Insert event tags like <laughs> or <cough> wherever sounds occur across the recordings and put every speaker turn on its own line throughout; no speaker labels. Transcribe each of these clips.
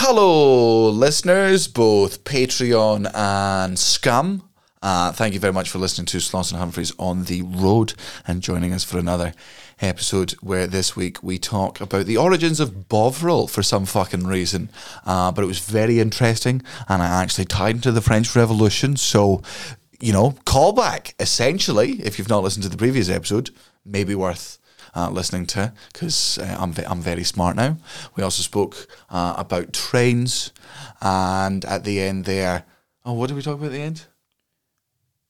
Hello, listeners, both Patreon and Scum. Uh, thank you very much for listening to Slauson Humphreys on the road and joining us for another episode where this week we talk about the origins of Bovril for some fucking reason. Uh, but it was very interesting and I actually tied into the French Revolution. So, you know, callback essentially, if you've not listened to the previous episode, maybe worth uh, listening to because uh, I'm, ve- I'm very smart now. We also spoke uh, about trains, and at the end there, oh, what did we talk about at the end?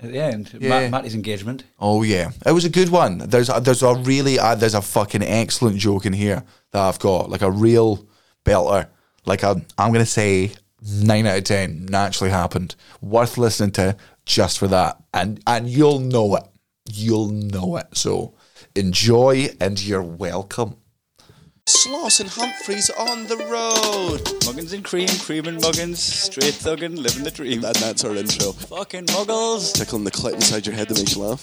At the end,
Yeah.
Matt, Matty's engagement.
Oh yeah, it was a good one. There's a, there's a really uh, there's a fucking excellent joke in here that I've got like a real belter. Like a, I'm gonna say nine out of ten naturally happened. Worth listening to just for that, and and you'll know it. You'll know it. So enjoy, and you're welcome.
Sloss and Humphreys on the road.
Muggins and cream, cream and muggins, straight thuggin', living the dream.
And that's our intro.
Fucking muggles.
Tickling the clit inside your head that makes you <laughs> laugh.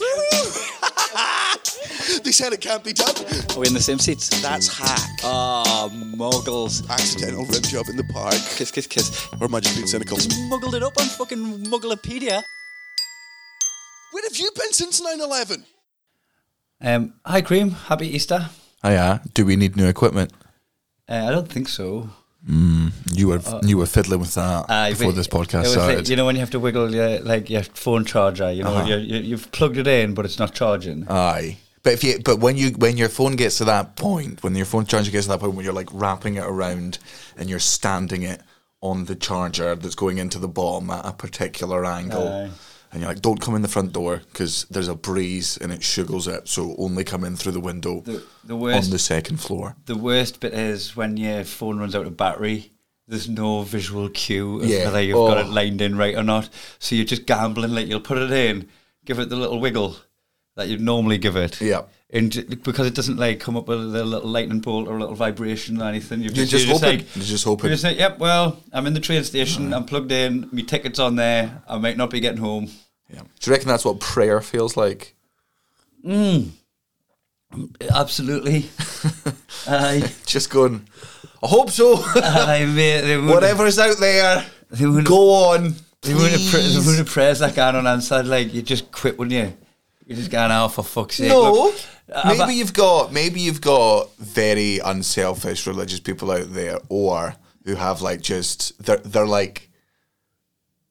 they said it can't be done.
Are we in the same seats?
That's hack.
Ah, muggles.
Accidental rim job in the park.
Kiss, kiss, kiss.
Or am I just being cynical?
Muggled it up on fucking Mugglepedia.
Where have you been since 9 11?
Um, hi, Cream. Happy Easter.
Oh, yeah. Do we need new equipment?
Uh, I don't think so.
You were you were fiddling with that
Uh,
before
but
this
it
podcast
was
started. Uh-huh.
Like, you know when you have to wiggle your like your phone charger. You know you you, you've plugged it in, but it's not
Uh,
charging.
Aye. But if you but when you when your phone gets to that point, when your phone charger gets to that point when you're like wrapping it around and you're standing it on the charger that's going into the bottom at a particular angle.
Aye.
And you're like, don't come in the front door because there's a breeze and it shuggles it. So only come in through the window
The, the
on
worst
the second floor.
the worst bit is when your phone runs out of battery. There's no visual cue of
Yeah.
whether you've got it
Oh.
lined in right or not. So you're just gambling. Like you'll put it in, give it the little wiggle that you'd normally give it.
Yeah.
And j- because it doesn't like come up with a little lightning bolt or a little vibration or anything, you're
You're
just,
just
you're just
hoping.
like-
You're just hoping.
You're just like, yep. Well, I'm in the train station. I'm plugged in. My ticket's on there. I might not be getting home.
Yeah. Do you reckon that's what prayer feels like?
<laughs> Absolutely. I,
Just going, I hope so.
I
<laughs>
mate, they wouldn't-
Whatever's out there,
They
<laughs>
wouldn't-
go on.
The amount, of pra- the
please.
amount of prayers that going unanswered, like you just quit, wouldn't you? You just going, oh for fuck's sake.
No.
look, I've-
Maybe you've got maybe you've got very unselfish religious people out there, or who have like just they're they're like,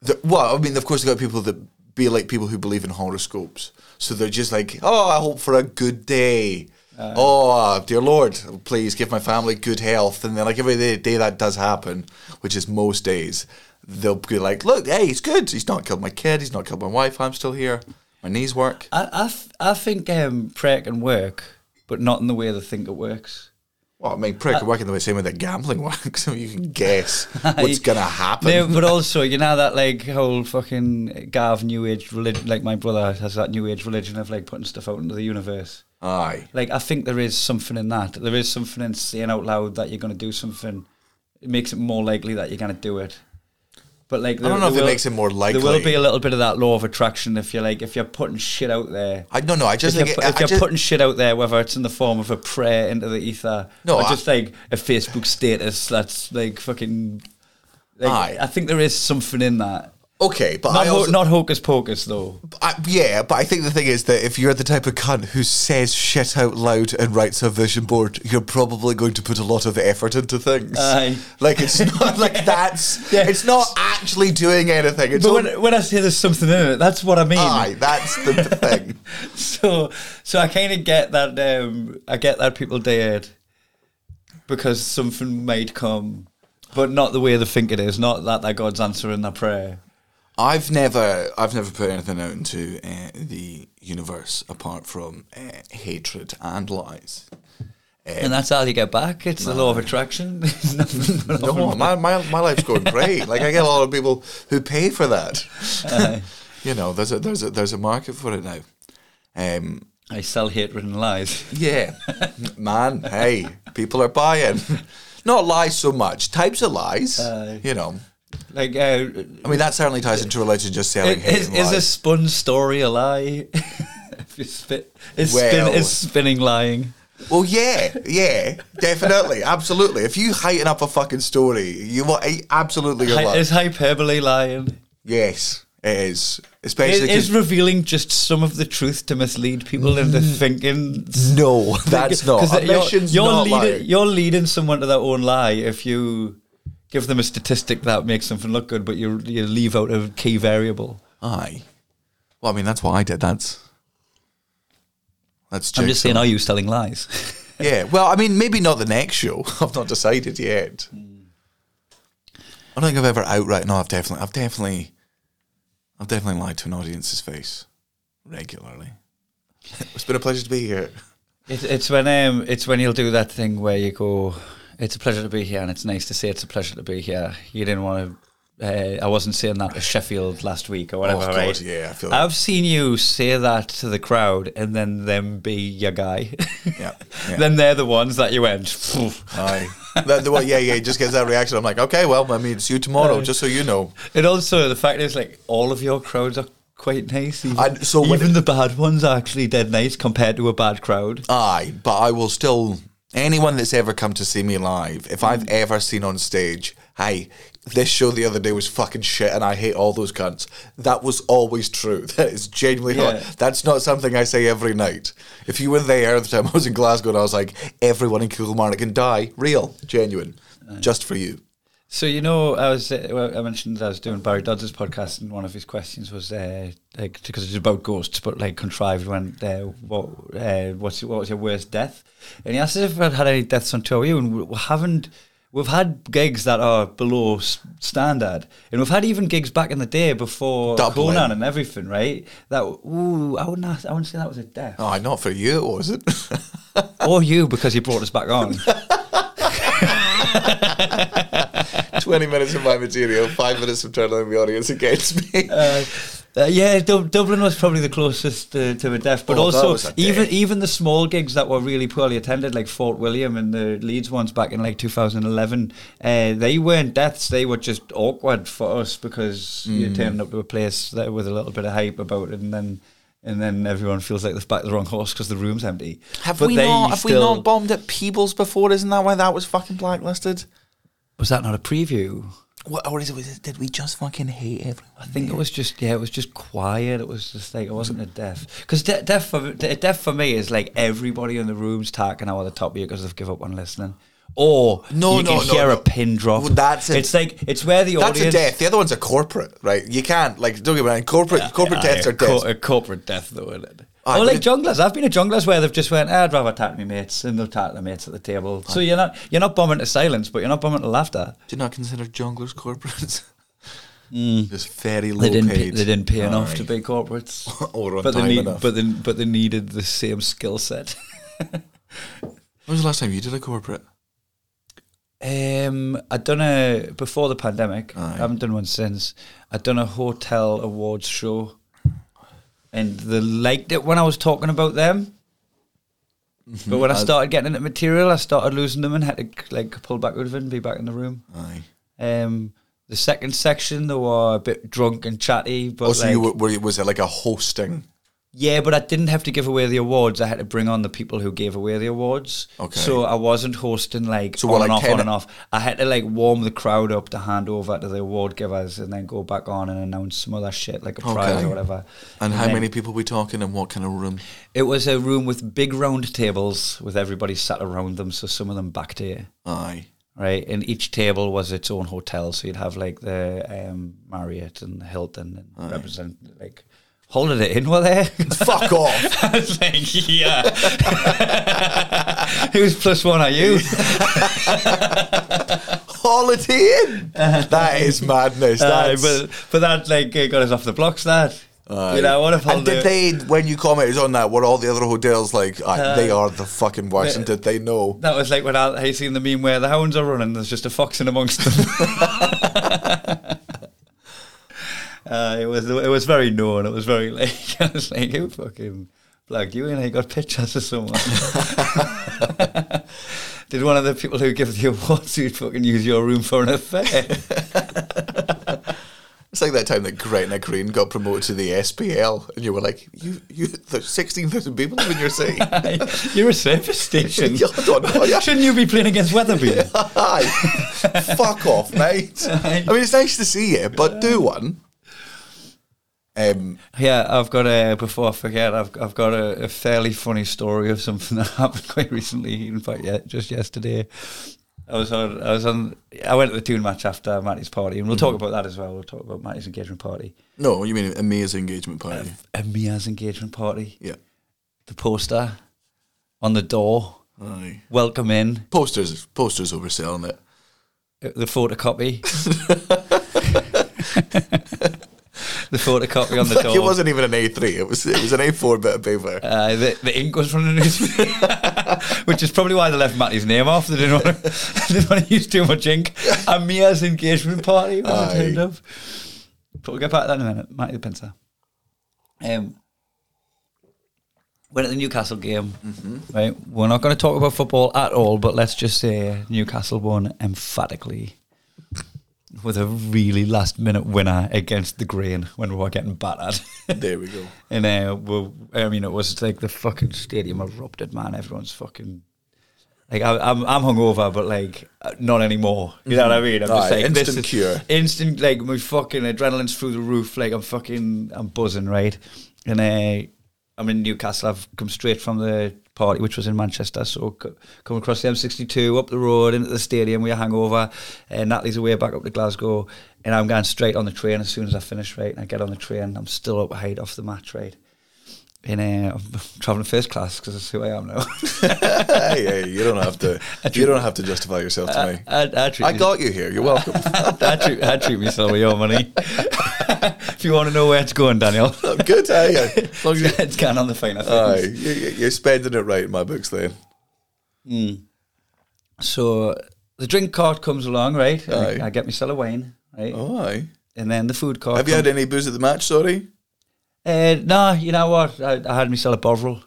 they're, well, I mean, of course, you got people that be like people who believe in horoscopes, so they're just like, oh, I hope for a good day. oh, dear Lord, please give my family good health. And then, like every day, day that does happen, which is most days, they'll be like, look, hey, he's good. He's not killed my kid. He's not killed my wife. I'm still here. My knees work.
I, I, th- I think um, prayer can work, but not in the way they think it works.
Well, I mean,
Uh,
prayer could work in the way- same way that gambling <laughs> works. I mean, you can
<laughs>
guess what's going to happen.
No, but also you know that like whole fucking Gav New Age religion. Like my brother has that New Age religion of like putting stuff out into the universe.
Aye.
Like I think there is something in that. There is something in saying out loud that you're going to do something. It makes it more likely that you're going to do it. But like,
don't
there-
know if
there
it makes it more
There
likely.
will be a little bit of that law of attraction if you're like if you're putting shit out there.
I don't know. I just
if
think
you're,
it,
pu- if
I
you're
just,
putting shit out there, whether it's in the form of a prayer into the ether,
No,
or
I-
just like a Facebook status that's like fucking. Like,
Aye.
I think there is something in that.
okay, but
Not,
I
ho-
also,
not hocus pocus though.
I, yeah, but I think the thing is that if you're the type of cunt who says shit out loud and writes a vision board, you're probably going to put a lot of effort into things.
Aye.
Like
<laughs>
it's not like that's
Yeah.
it's not actually doing anything. It's
But
all,
when, when I say there's something in it, that's what I mean.
aye, that's the thing.
so so I kind of get that um, I get that people did because something might come, but not the way they think it is. Not that that God's answering their prayer.
I've never, I've never put anything out into uh, the universe apart from uh, hatred and lies. Eh.
And that's all you get back. It's the law of attraction. <laughs> There's nothing but
No,
all-
my, my, my life's going
<laughs>
great. Like I get a lot of people who pay for that. <laughs> you know, there's a there's a there's a market for it now. Um,
I sell hatred and lies.
yeah, <laughs> man. Hey, people are buying. <laughs> Not lies so much. Types of lies.
Aye.
you know,
Like, uh,
I mean that certainly ties into religion. Just selling hate
is,
and
is a
lies.
spun story a lie? if you spit, <laughs> is, spin,
Well-
is spinning lying?
Well, yeah, yeah, definitely, absolutely. If you heighten up a fucking story, you want absolutely your
Hi-
luck.
is hyperbole lying?
Yes, it is.
Is,
Especially 'cause-
is revealing just some of the truth to mislead people into
Mm.
thinking?
no, that's not.
'Cause that uh, you're,
Admission's
you're
not
leading,
lying.
you're leading someone to their own lie if you give them a statistic that makes something look good, but you you leave out a key variable.
Aye. Well, I mean, that's what I did. That's that's.
I'm just saying, are you telling lies?
Yeah. Well, I mean, maybe not the next show. <laughs> I've not decided yet. I don't think I've ever outright. No, I've definitely, I've definitely, I've definitely lied to an audience's face regularly. <laughs> it's been a pleasure to be here.
It, it's when um, it's when you'll do that thing where you go, "It's a pleasure to be here," and it's nice to say it's a pleasure to be here. You didn't want to. Uh, I wasn't saying that to Sheffield last week or whatever.
Oh, God,
right?
yeah, I feel that.
I've seen you say that to the crowd and then them be your guy.
Yeah,
<laughs>
yeah.
then they're the ones that you went. "Phew."
<laughs> Aye. That, the, well, yeah, yeah. Just gets that reaction. I'm like, okay, well, I mean, it's you tomorrow,
Aye.
just so you know.
and also the fact is, like, all of your crowds are quite nice. Even,
And so when
even
it-
the bad ones are actually dead nice compared to a bad crowd.
Aye, but I will still. Anyone that's ever come to see me live, if I've ever seen on stage, hey, this show the other day was fucking shit and I hate all those cunts. That was always true. <laughs> That is genuinely
Yeah.
not. That's not something I say every night. If you were there the time I was in Glasgow and I was like, everyone in Kilmarnock can die, real, genuine, just for you.
So you know, I was uh, well, I mentioned that I was doing Barry Dodds' podcast, and one of his questions was uh, like because it's about ghosts, but like contrived when uh, what uh, what's what was your worst death? And he asked us if I'd had any deaths on tour. with you, And we haven't. We've had gigs that are below s- standard, and we've had even gigs back in the day before
Dublin.
Conan and everything, right? That ooh, I wouldn't, ask, I wouldn't say that was a death,
Aye, not for you, was it? <laughs>
or you because you brought us back on.
20 minutes of my material, five minutes of turning on the audience against me.
uh, uh, yeah, Dub- Dublin was probably the closest uh, to a death, but
Oh, that was
also
a death.
even even the small gigs that were really poorly attended, like Fort William and the Leeds ones back in like 2011, uh, they weren't deaths. They were just awkward for us because you
Mm.
turned up to a place that with a little bit of hype about it, and then and then everyone feels like they've backed the wrong horse because the room's empty.
Have
But
we
they
not? Have we
still-
not bombed at Peebles before? Isn't that why that was fucking blacklisted?
was that not a preview?
What, or is it, was it? Did we just fucking hate everyone?
I think it was just yeah, it was just quiet. It was just like it wasn't a death because de- death for de- death for me is like everybody in the room's talking over the top of you because they've give up on listening. Or
No,
you
no,
can
no,
hear
no.
a pin drop.
Well, that's it.
It's like it's where the
That's
audience.
a death. The other one's a corporate, right? You can't like don't get me wrong. Corporate corporate
Yeah,
deaths are
cor-
deaths.
a corporate death, though, isn't it?
Aye,
oh,
but
like
it-
junglers. I've been to junglers where they've just went, "Ah, I'd rather attack my mates, and they'll attack their mates at the table. So you're not you're not bombing to silence, but you're not bombing to laughter.
Do you not consider junglers corporates? <laughs> Just very low
Mm. They didn't pay,
paid.
they didn't pay enough
Aye.
to be corporates,
<laughs> Or on
but
time
they need,
enough.
but they but they needed the same skill set.
When was the last time you did a corporate?
Um, I done a before the pandemic.
Aye.
I haven't done one since. I done a hotel awards show, and they liked it when I was talking about them.
Mm-hmm.
But when I started getting into material, I started losing them and had to like pull back out of it and be back in the room.
Aye.
Um, the second section they were a bit drunk and chatty, but
Oh, so
like,
you were, were you- was it like a hosting?
yeah, but I didn't have to give away the awards. I had to bring on the people who gave away the awards.
Okay.
So I wasn't hosting like
So
on
what,
and
like
off,
10
on and off. I had to like warm the crowd up to hand over to the award givers and then go back on and announce some other shit like a prize
Okay.
or whatever.
And, how
then-
many people we talking? And what kind of room?
It was a room with big round tables with everybody sat around them. So some of them back to you
Aye.
right? And each table was its own hotel, so you'd have like the um, Marriott and the Hilton and represent like Holiday <laughs> Inn were there. <laughs>
Fuck off.
<laughs>
I was like, yeah. <laughs> Who's plus one are you?
Holiday
<laughs>
Inn. that is madness.
Uh,
That's,
but but that like uh, got us off the blocks. That you know what if
and
Holiday
did they, when you commented on that, were all the other hotels like, "Ah,
Uh,
they are the fucking worst? and did they know?
That was like when I I seen the meme where the hounds are running. There's just a fox in amongst <laughs> them. uh, it was it was very known. It was very <laughs> like I was like who fucking plugged you in? I got pictures of <laughs> someone. Did one of the people who give the awards who fucking use your room for an affair?
It's
like that time that Gretna Green got promoted to the SPL, and you were like, "You, you, there's sixteen thousand people live in your city."
<laughs> You're a service station.
You're done, well, <laughs> yeah.
Shouldn't you be playing against Weatherby?
Aye. Fuck off, mate. I mean, it's nice to see you, but do one. Um,
Yeah, I've got a. Before I forget, I've I've got a, a fairly funny story of something <laughs> that happened quite recently. In fact, yeah, just yesterday, I was on. I was on. I went to the tune match after Matty's party, and we'll
Mm-hmm.
talk about that as well. We'll talk about Matty's engagement party,
no, you mean Amia's engagement party?
and Mia's engagement party.
Yeah.
The poster on the door,
Aye.
welcome in. Uh,
Posters, posters overselling it.
The
<laughs>
photocopy. <laughs> the photocopy on the
Like
door.
it wasn't even an A3. It was it was an A4 bit of paper.
<laughs> Uh, the, the ink was running loose, <laughs> which is probably why they left Matty's name off. They didn't want to, <laughs> they didn't want to use too much ink. And Mia's engagement party was
Aye.
turned up. But we'll get back to that in a minute. Matty the Pincer. Um, went at the Newcastle game. Right, we're not going to talk about football at all, but let's just say Newcastle won emphatically with a really last minute winner against the Grain when we were getting battered. <laughs>
There we go.
And uh, well, I mean, it was like the fucking stadium erupted, man. Everyone's fucking like, I, I'm, I'm hungover, but like, uh, not anymore. You know what I mean? I'm
Mm. Aye,
just like,
instant cure.
instant. Like my fucking adrenaline's through the roof. Like I'm fucking, I'm buzzing, right? And uh, I'm in Newcastle. I've come straight from the party, which was in Manchester. So c- come across the M62 up the road into the stadium. We are hangover, and Natalie's away back up to Glasgow. And I'm going straight on the train as soon as I finish, right? And I get on the train. I'm still up ahead off the match, right? And uh, I'm <laughs> traveling first class because that's who I am now.
hey, hey, you don't have to. You don't have to justify yourself
<laughs>
to me.
I, I, treat
I
myself-
got you here. You're welcome.
I treat, I treat myself with your money. if you want to know where it's going, Daniel,
I'm good. Hey, hey. As long as you,
<laughs> it's going on the final
aye,
things.
you, you- you're spending it right in my books, then.
So the drink cart comes along, right?
Aye.
I, I get myself a wine, right?
Oh, aye.
And then the food cart.
Have you had any booze at the match? Sorry,
Uh, no, you know what? I, I had myself a Bovril.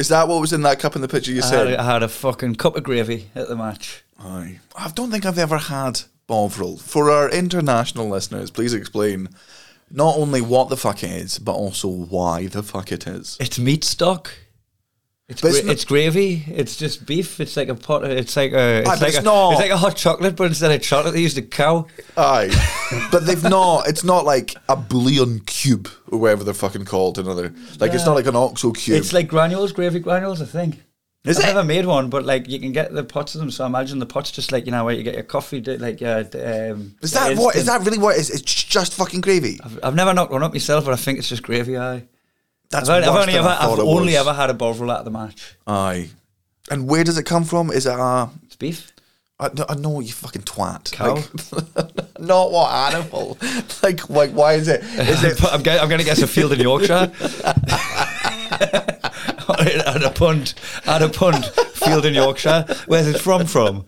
is that what was in that cup in the picture you
I had,
said?
a, I had a fucking cup of gravy at the match.
Aye. I don't think I've ever had Bovril. For our international listeners, please explain not only what the fuck it is, but also why the fuck it is.
It's meat stock. It's,
But it's
gra-
not-
it's gravy. It's just beef. It's like a pot. It's like a. It's
Ah,
like
but it's
a,
not-
It's like a hot chocolate, but instead of chocolate, they used a cow.
Aye. <laughs> but they've not, it's not like a bouillon cube or whatever they're fucking called. Another, like, it's not like an oxo cube.
It's like granules, gravy granules, I think.
Is
I've
it?
never made one, but like you can get the pots of them. So I imagine the pots just like you know where you get your coffee, d- like your. d- Um,
is that
instant-
what? Is that really what it is? It's just fucking gravy.
I've, I've never knocked one up myself, but I think it's just gravy. Aye. I've,
That's
only- I've
worse
only
than
ever,
I thought
I've
it
only
was.
ever had a bovril at the match.
Aye. And where does it come from? Is it a.
It's beef.
I kn- I know you fucking twat.
Cow?
Like, <laughs> not what animal. like, like, why is it? Is it
<laughs> I'm, going, I'm going to guess a field in
<laughs>
Yorkshire. <laughs> Add a punt, add a punt, field in Yorkshire. Where's it from? From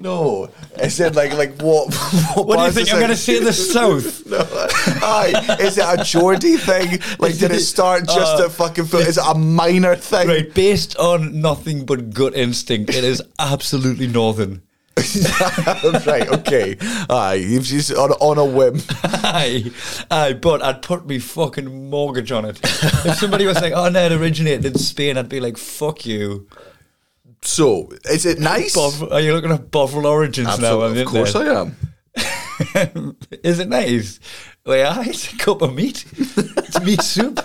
No, is it like like what? <laughs> What,
what do you
bars
think?
is
I'm
it? <laughs>
going to say the south.
No, aye. Is it a Geordie thing? Like, did it start just
Uh,
a fucking? Fil- is it a minor thing?
Right, based on nothing but gut instinct, it is absolutely northern.
<laughs> Right, Okay. Aye. You've just on on a whim.
Aye, aye, but I'd put me fucking mortgage on it. If somebody was like, "Oh no, it originated in Spain," I'd be like, "Fuck you."
So, is it nice?
Bovril, are you looking at Bovril origins now?
Absolutely.
on the
Of course,
internet?
I am.
<laughs> is it nice? Well, yeah, it's a cup of meat. It's meat soup.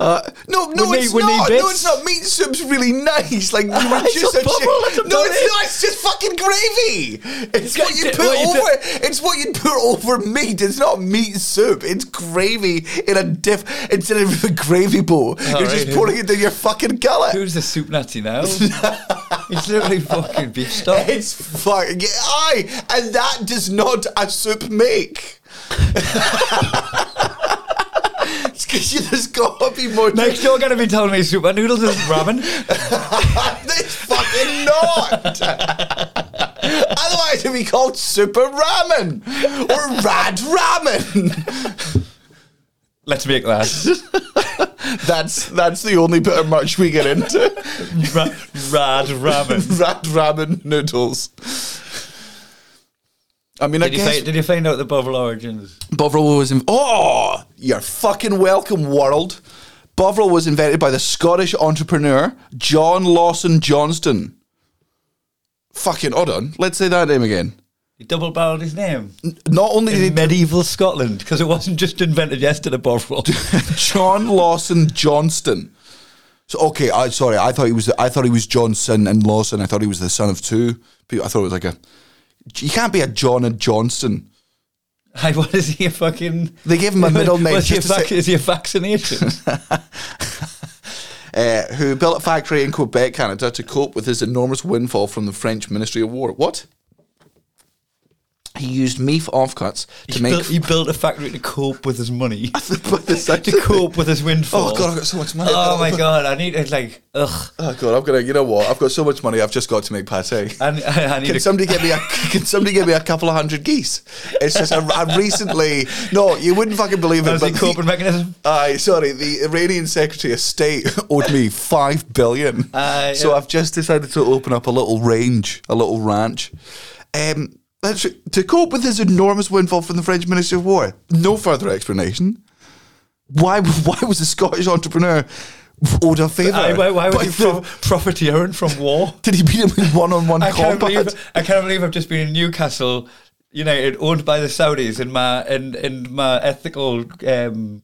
Uh, no, no,
When they-
it's
when they
not.
bits-
No, it's not. Meat soup's really nice. Like you were
<laughs> It's
just
a
a
bubble,
chi-
it's a
No,
bubble.
it's not. It's just fucking gravy. It's
got
what you
di-
put
what you do-
over. It's what you put over meat. It's not meat soup. It's gravy in a diff. Instead of a gravy bowl, you're
right,
just
who-
pouring it down your fucking gullet.
Who's the soup nazi now? it's literally fucking beef stock.
It's fucking yeah, aye, and that does not a soup make. <laughs> It's because you just gotta be more.
Next, you're going to be telling me soup and noodles is ramen.
<laughs> It's fucking not. Otherwise, it'd be called Super Ramen or Rad Ramen.
Let's make that.
That's that's the only bit of merch we get into.
Ra- rad ramen.
Rat ramen noodles. I mean, I
Did you,
guess
find, did you find out the Bovril origins?
Bovril was in- oh, you're fucking welcome, world. Bovril was invented by the Scottish entrepreneur John Lawson Johnston. Fucking hold on, let's say that name again.
He double barreled his name
Not only
in
did
medieval Scotland because it wasn't just invented yesterday,
<laughs>
Bovril.
John Lawson Johnston. So okay, I sorry, I thought he was I thought he was Johnson and Lawson. I thought he was the son of two. people. I thought it was like a you can't be a John and Johnston.
I what is he a fucking?
They gave
<laughs>
him a middle name
Was he a
just to
vac-
say-
is he a vaccination?
uh, who built a factory in Quebec, Canada, to cope with his enormous windfall from the French Ministry of War. What? He used meat offcuts <laughs> to
he,
make.
built, he built a factory to cope with his
<laughs>
money.
But this-
to cope with his windfall.
Oh, God, I've got so much money.
Oh my god, I need it's like ugh.
oh god, I've got to. You know what? I've got so much money. I've just got to make
<laughs>
pate.
I, ne- I, I need
Can
a,
somebody give me a Can somebody give me a couple of hundred geese? It's just I, I recently. No, you wouldn't fucking believe it.
that's a
But
coping
the,
mechanism.
aye, sorry. The Iranian Secretary of State <laughs> owed me five billion.
Aye,
so
yeah.
I've just decided to open up a little range, a little ranch. Um, that's, to cope with his enormous windfall from the French Ministry of War. No further explanation. Why? <laughs> Why was a Scottish entrepreneur owed a favour?
Aye, why, why
But
was he
the-
pro- profiteering from war?
<laughs> did he beat him in one-on-one
I can't
combat?
believe I can't believe I've just been in Newcastle United, owned by the Saudis, and my and and my ethical um,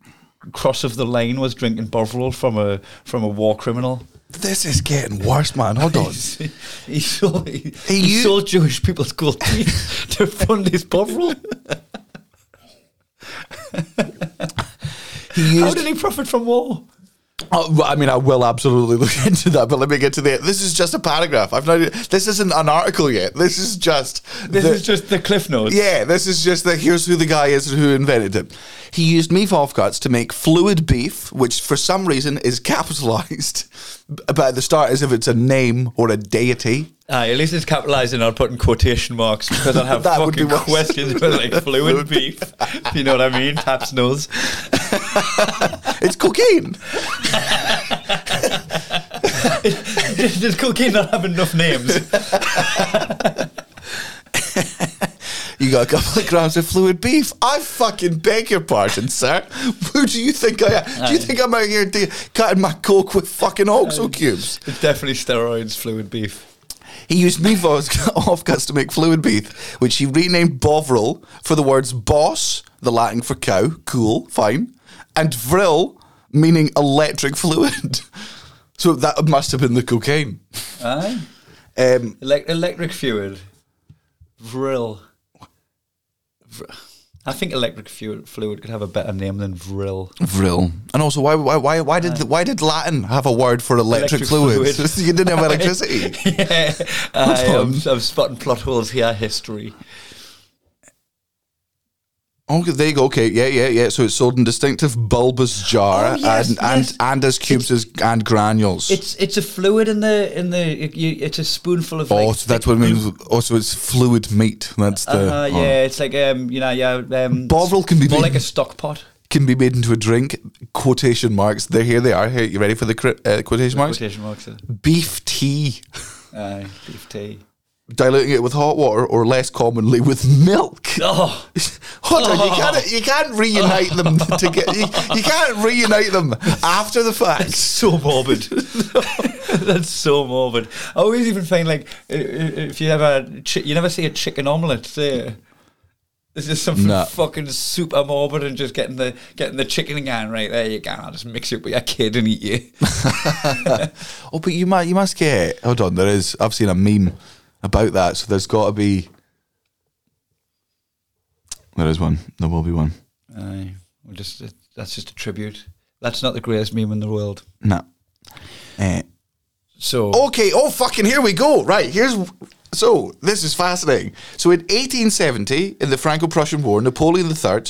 cross of the line was drinking Bovril from a from a war criminal. <laughs>
This is getting worse, man. Hold on.
He, he sold he,
Hey,
he
you-
sold Jewish people's gold teeth <laughs> to fund his Bovril.
He
How
used.
did he profit from war?
Oh, well, I mean, I will absolutely <laughs> look into that, but let me get to the. This is just a paragraph. I've not. e, This isn't an article yet. This is just.
This
the-
is just the cliff notes.
Yeah, this is just that. Here's who the guy is who invented it. He used meat offcuts to make fluid beef, which for some reason is capitalized, but at the start as if it's a name or a deity.
Aye, at least it's capitalising on putting quotation marks because I'll have
<laughs> That would
fucking
be worse.
questions about like fluid beef. if you know what I mean? Taps knows. <laughs>
It's cocaine.
Does cocaine not have enough names?
You got a couple of grams of fluid beef. I fucking beg your pardon, sir. Who do you think I am? Do you think I'm out here de- cutting my coke with fucking oxo cubes?
It's definitely steroids, fluid beef.
He used meat <laughs> offcuts to make fluid beef, which he renamed Bovril for the words boss, the Latin for cow, cool, fine, and vril, meaning electric fluid. <laughs> So that must have been the cocaine.
Aye.
Um,
Elec electric fluid. Vril. Vr- I think electric fu- fluid could have a better name than vril.
Vril. And also, why why why, why did why did Latin have a word for electric,
Electric
fluid?
fluid.
<laughs> you
<laughs>
didn't have electricity.
<laughs> yeah. Aye, I'm, I'm spotting plot holes here, history.
okay, Oh, there you go. Okay, yeah, yeah, yeah. So it's sold in distinctive bulbous jar
Oh, yes,
and,
yes.
and and as cubes as and granules.
It's it's a fluid in the in the it, you, it's a spoonful of like,
oh, so that's what it means. Oh, so it's fluid meat. That's the
uh,
oh.
yeah it's like um you know yeah um
Bovril can be
more
made-
like a stock pot
Oh. can be made into a drink. Quotation marks. There, here they are. Here, you ready for the cri- uh, quotation marks?
quotation marks uh,
Beef tea.
aye, beef tea
Diluting it with hot water, or less commonly with
<laughs>
milk.
oh
Hold on, you can't you can't reunite them
<laughs>
to get you, you can't reunite them after the fact.
so morbid. <laughs> That's so morbid. I always even find like i- i- if you ever chi- you never see a chicken omelette there. It's just something
No.
fucking super morbid and just getting the getting the chicken again right there you go. I'll just mix you up with your kid and eat you.
Oh, but you might you must get hold on. There is I've seen a meme about that, so there's got to be there is one. There will be one.
Aye, we just that's just a tribute. That's not the greatest meme in the world.
No. Eh.
So
Okay, oh fucking here we go. Right, here's so this is fascinating. So in 1870, in the Franco-Prussian War, Napoleon III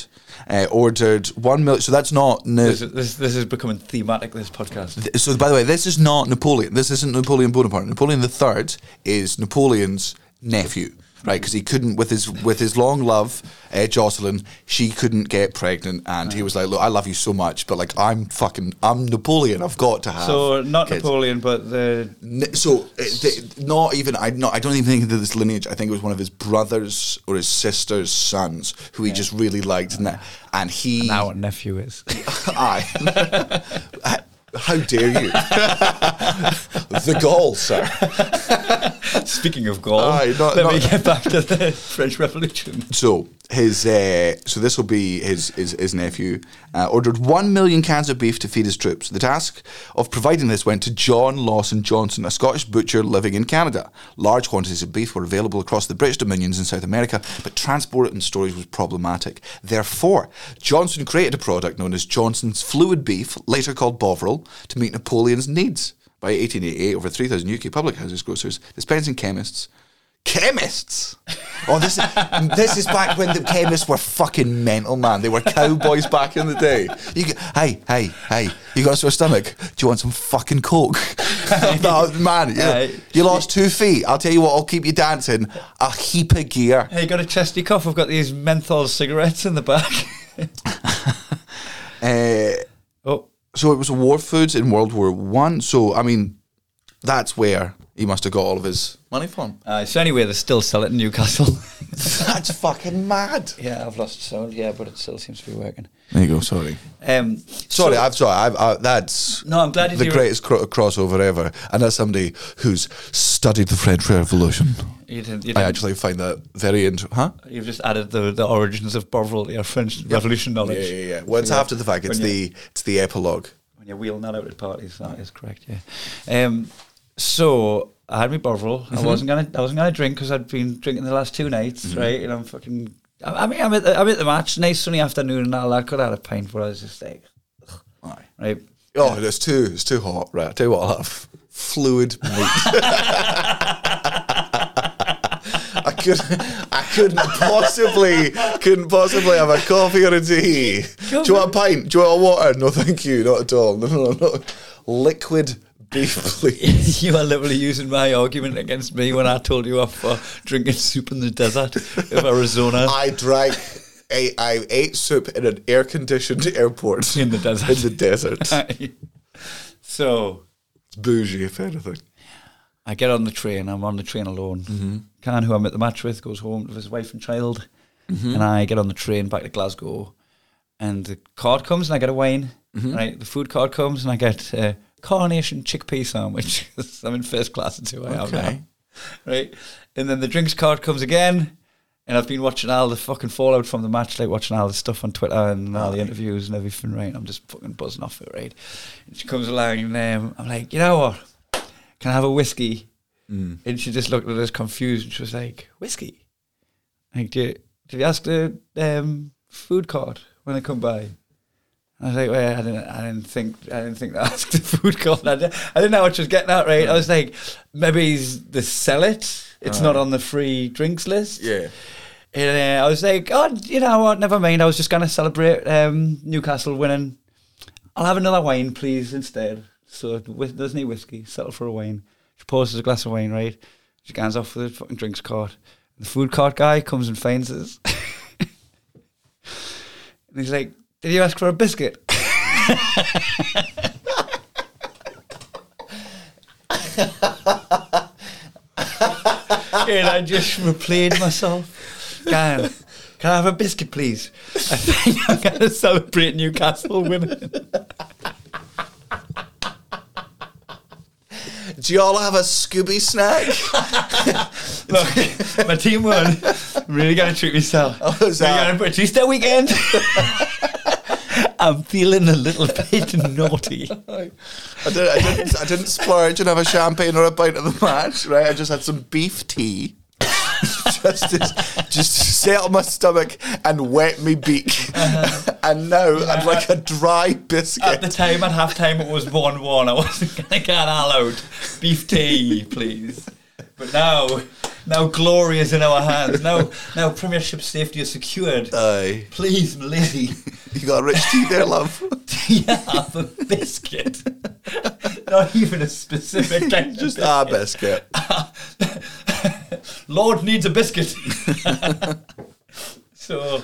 uh, ordered one million. So that's not no,
this, this this is becoming thematic. This podcast.
So, by the way, this is not Napoleon. This isn't Napoleon Bonaparte. Napoleon III is Napoleon's nephew. right? Because he couldn't with his with his long love, uh, Jocelyn. She couldn't get pregnant, and he was like, "Look, I love you so much, but like I'm fucking I'm Napoleon. I've got to have."
So not
kids."
Napoleon, but the
N- So uh, th- not even I not I don't even think of this lineage. I think it was one of his brothers or his sister's sons who he just really liked, and that and he
now
<laughs>
what nephew is.
Aye. <laughs> How dare you? the goal, sir.
Speaking of Gaul,
Aye, not-
let me
not-
get back to the <laughs> French Revolution.
So his uh, so this will be his his, his nephew uh, ordered one million cans of beef to feed his troops. The task of providing this went to John Lawson Johnson, a Scottish butcher living in Canada. Large quantities of beef were available across the British dominions in South America, but transport and storage was problematic. Therefore, Johnson created a product known as Johnson's Fluid Beef, later called Bovril, to meet Napoleon's needs. By 1888, over 3,000 UK public houses, grocers, dispensing chemists chemists. Oh, this is, this is back when the chemists were fucking mental, man. They were cowboys back in the day. You go, hey, hey, hey, you got a sore stomach? Do you want some fucking coke? <laughs> No, man, you,
Aye.
you lost two feet. I'll tell you what, I'll keep you dancing. A heap of gear.
Hey, you got a chesty cough? I've got these menthol cigarettes in the back. <laughs>
Uh,
oh,
so it was war foods in World War One. So I mean, that's where he must have got all of his money from. <laughs>
aye. so anyway, they still sell it in Newcastle. <laughs>
That's fucking mad.
yeah, I've lost sound. Yeah, but it still seems to be working.
There you go. Sorry.
Um,
Sorry,
so-
I've sorry. I've, I, that's
No, I'm glad you
the
do-
greatest cro- crossover ever, and as somebody who's studied the French Revolution,
you didn't, you
I
didn't,
actually find that very interesting. Huh?
you've just added the, the origins of Bovril to your French Revolution
Yeah,
knowledge.
yeah, yeah. Well, it's after the fact. It's
When
the it's the epilogue.
when you're wheeling that out at parties. That is correct. Yeah. Um, so I had my Bovril. I wasn't gonna. I wasn't gonna drink because I'd been drinking the last two nights, right? And I'm fucking. I, I mean, I'm at the, I'm at the match. Nice sunny afternoon, and all that. Could have had a pint, but I was just like,
Aye.
right. <laughs>
Oh, it's too it's too hot. Right, I tell you what, I'll have fluid meat. <laughs> I couldn't, I couldn't possibly, couldn't possibly have a coffee or a tea. Do you want a pint? Do you want a water? No, thank you, not at all. No, no, no, no. liquid beef, please.
you are literally using my argument against me when I told you off for drinking soup in the desert of Arizona.
<laughs> I drank. I, I ate soup in an air-conditioned airport
In the desert. Uh,
In the desert,
<laughs> so
it's bougie, if anything.
I get on the train. I'm on the train alone. Can, who I'm at the match with, goes home with his wife and child, and I get on the train back to Glasgow. And the card comes, and I get a wine. Right, the food card comes, and I get a carnation chickpea sandwich. <laughs> I'm in first class. It's who I am now.
Okay.
Right, and then the drinks card comes again. And I've been watching all the fucking fallout from the match, like watching all the stuff on Twitter and all the interviews and everything, right? I'm just fucking buzzing off it, right? And she comes along and um, I'm like, you know what? Can I have a whiskey? And she just looked at us confused and she was like, whiskey? Like, do you, did you ask the um, food card when I come by? I was like, well, I didn't, I didn't think, I didn't think to <laughs> ask the food card. I didn't, I didn't know what she was getting at, right? I was like, maybe he's- they sell it. It's not on the free drinks list.
Yeah.
And uh, I was like, oh, you know what? Never mind. I was just going to celebrate um, Newcastle winning. I'll have another wine, please, instead. So with, there's no whiskey. Settle for a wine. She pauses a glass of wine, right? She hands off the fucking drinks cart. The food cart guy comes and finds us. <laughs> and he's like, did you ask for a biscuit? <laughs> and I just replayed myself. Can, can I have a biscuit, please? I think I'm going to celebrate Newcastle winning.
Do you all have a Scooby snack?
<laughs> Look, my team won. I'm really going to treat myself.
Oh,
really
is that-
going to Batista <laughs> weekend. I'm feeling a little bit naughty.
I didn't, I didn't, I didn't splurge and have a champagne or a pint of the match, right? I just had some beef tea. <laughs> just, to, just to settle my stomach and wet me beak. and now I'd like a dry
At the
biscuit.
time, at half time, it was 1 1. I wasn't going to get all out. Beef tea, please. But now, now glory is in our hands. Now, now Premiership safety is secured.
<laughs> Aye.
Please, Lizzie,
You got a rich tea there, love.
do you have a biscuit? <laughs>
<laughs>
Not even a specific kind of
Just a biscuit.
biscuit. <laughs> Lord needs a
<laughs>
biscuit. so,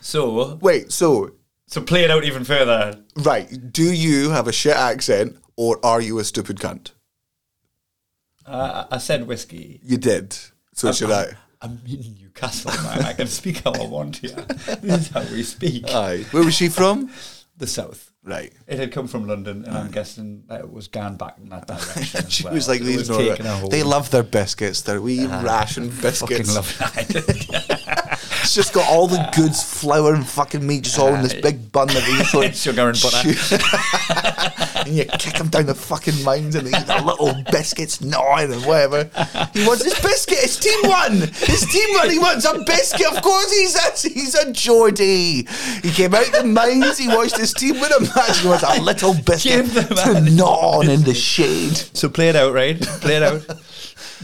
so,
Wait, so
so play it out even further.
right, do you have a shit accent or are you a stupid cunt?
Uh, I I said whiskey.
You did. So should I?
I'm in Newcastle, man. I can speak how I want here. This is how we speak.
Aye. Where was she from?
the south.
Right.
It had come from London, and I'm guessing that it was gone back in that direction. as
Mm. <laughs> She
well.
was like
It
these.
was
Nora-
taking a hold. Ah,
They love their biscuits. Their wee ration
fucking
biscuits. <laughs>
love Ah. that.
It's just got all the goods, flour and fucking meat, just all in this big bun that
<laughs>
they sort of
Ah, Sugar and butter.
shoot. <laughs> and you kick them down the fucking mines and they eat their little biscuits, nine and whatever. He wants his biscuit. It's team one. It's team one. He wants a biscuit. Of course, he's a he's a Geordie. He came out the mines. He watched his team win a match. He wants a little biscuit
Give them
to
a
gnaw on
<laughs>
in the shade.
So play it out, right? Play it out.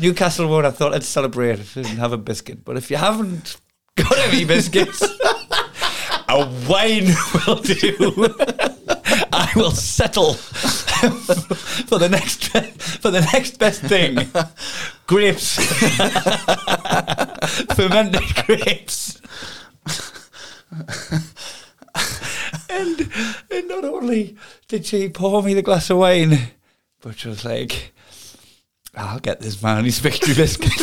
Newcastle won. I thought I'd celebrate and have a biscuit. But if you haven't got any biscuits, a wine will do. <laughs> I will settle <laughs> for the next for the next best thing: grapes, <laughs> fermented grapes. and, and not only did she pour me the glass of wine, but she was like, I'll get this man his victory biscuit. <laughs>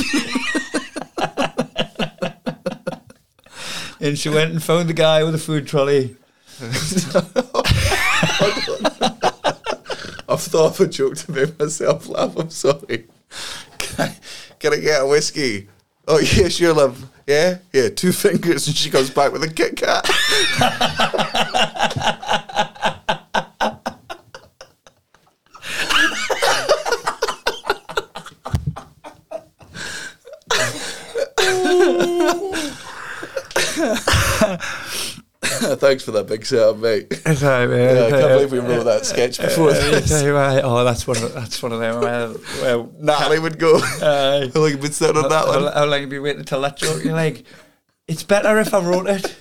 and she went and found the guy with the food trolley.
I've thought of a joke to make myself laugh. I'm sorry. Can I, can I get a whiskey? Oh, yeah, sure, love. Yeah, yeah, two fingers. And she comes back with a Kit Kat. <laughs> Thanks for that big setup, mate. Yeah, I can't believe we wrote that sketch before this.
Oh, that's one. Of, that's one of them. Where, where,
Natalie would go. <laughs>
uh,
How long have you been sitting on that
how,
one?
how long have you waited till that joke? You're like, it's better if I wrote it.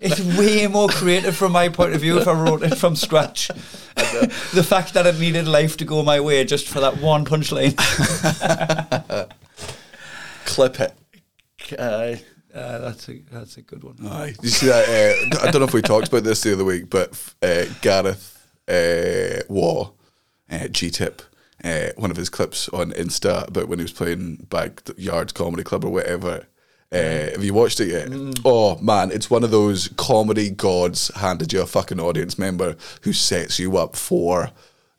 It's way more creative from my point of view if I wrote it from scratch. the fact that it needed life to go my way just for that one punchline.
Clip it.
Uh, uh, that's a that's a good one.
Aye. You see that? Uh, I don't know if we talked about this the other week, but uh, Gareth uh, Waugh, uh, G Tip, uh, one of his clips on Insta about when he was playing Backyard Comedy Club or whatever. Uh, have you watched it yet? Oh man, it's one of those comedy gods handed you a fucking audience member who sets you up for,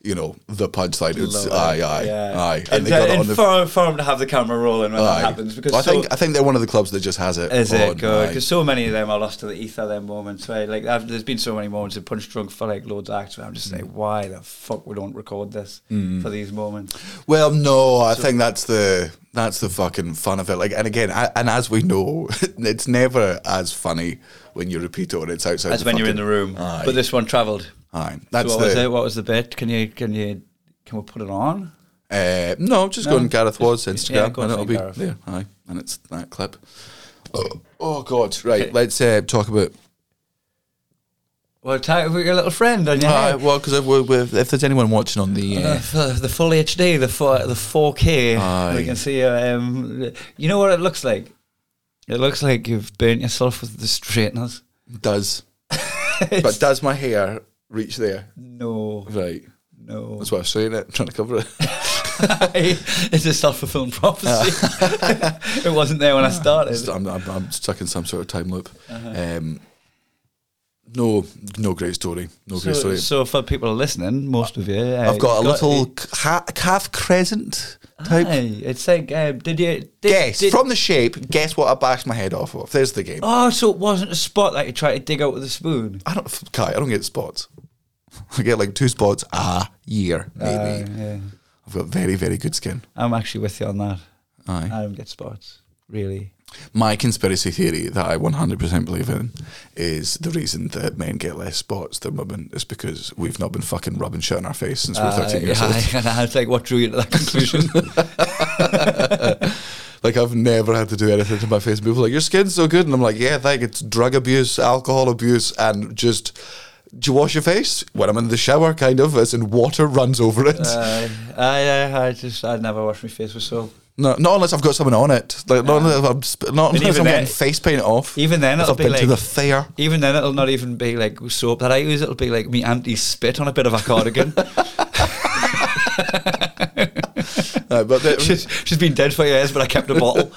you know, the punchline. It's aye, aye, aye,
And, uh,
got it
and
on the-
for, for him to have the camera rolling when
Aye.
that happens because
Well, I
so,
think I think they're one of the clubs that just has it.
is
on,
it good?
aye.
Because so many of them are lost to the ether. Them moments, right? Like I've, there's been so many moments of punch drunk for like loads of acts. Where I'm just
Mm.
like, why the fuck we don't record this for these moments?
Well, no, I think that's the that's the fucking fun of it. Like, and again, I, and as we know, <laughs> it's never as funny when you repeat it or it's outside.
As when you're in the
fucking-
room.
Aye.
But this one travelled.
Aye, that's
so what was
the
it? What was the bit? Can you can you can we put it on?
uh, no. Just go on Gareth Waugh's
yeah,
Instagram,
go on
and it'll be
Gareth.
there. Aye, and it's that clip. Oh, oh, God! Right, let's uh, talk about.
Well, type with your little friend on your
Aye,
head.
uh, well, because if, if there's anyone watching on the
Uh,
uh,
f- the full HD, the four, the 4K.
Aye.
We can see. Um, you know what it looks like? It looks like you've burnt yourself with the straighteners. <laughs>
does, but does my hair reach there?
No,
Right,
no.
that's why I'm saying it, <laughs> trying to cover it.
<laughs> it's a self fulfilling
<laughs>
prophecy. it wasn't there when I started.
I'm, I'm, I'm stuck in some sort of time loop.
Uh-huh.
Um, no, no great story. No great
So,
story.
so for people listening, most of you, uh,
I've got a
you've
little c- ha- calf crescent type.
Aye, it's like, uh, did you did,
guess
did-
from the shape. Guess what? I bashed my head off of. There's the game.
Oh, so it wasn't a spot that you tried to dig out with a spoon.
I don't, f- Kai. I don't get spots. <laughs> I get like two spots a year, maybe.
Uh, yeah.
I've got very, very good skin.
I'm actually with you on that.
Aye.
I don't get spots, really.
My conspiracy theory that I 100% believe in is the reason that men get less spots than women is because we've not been fucking rubbing shit on our face since we're 13 years old.
and Uh, <laughs> I was like, what drew you
<laughs>
to that conclusion?
Like I've never had to do anything to my face. People are like, your skin's so good, and I'm like, yeah, thank. It's drug abuse, alcohol abuse, and just. Do you wash your face when I'm in the shower?
Uh,
Kind of, as in water runs over it.
I, I, I just, I never wash my face with soap.
No, not unless I've got someone on it. Like, not unless I'm, sp- not
And
unless
Uh, even
I'm
then-
getting face paint off.
even then
if
it'll
I've
be
been to
like-
the fair.
Even then, it'll not even be like soap that I use. It'll be like me auntie spit on a bit of a
<laughs>
cardigan.
Uh,
<laughs>
but the-
she's, she's been dead for years, but I kept a
<laughs>
bottle.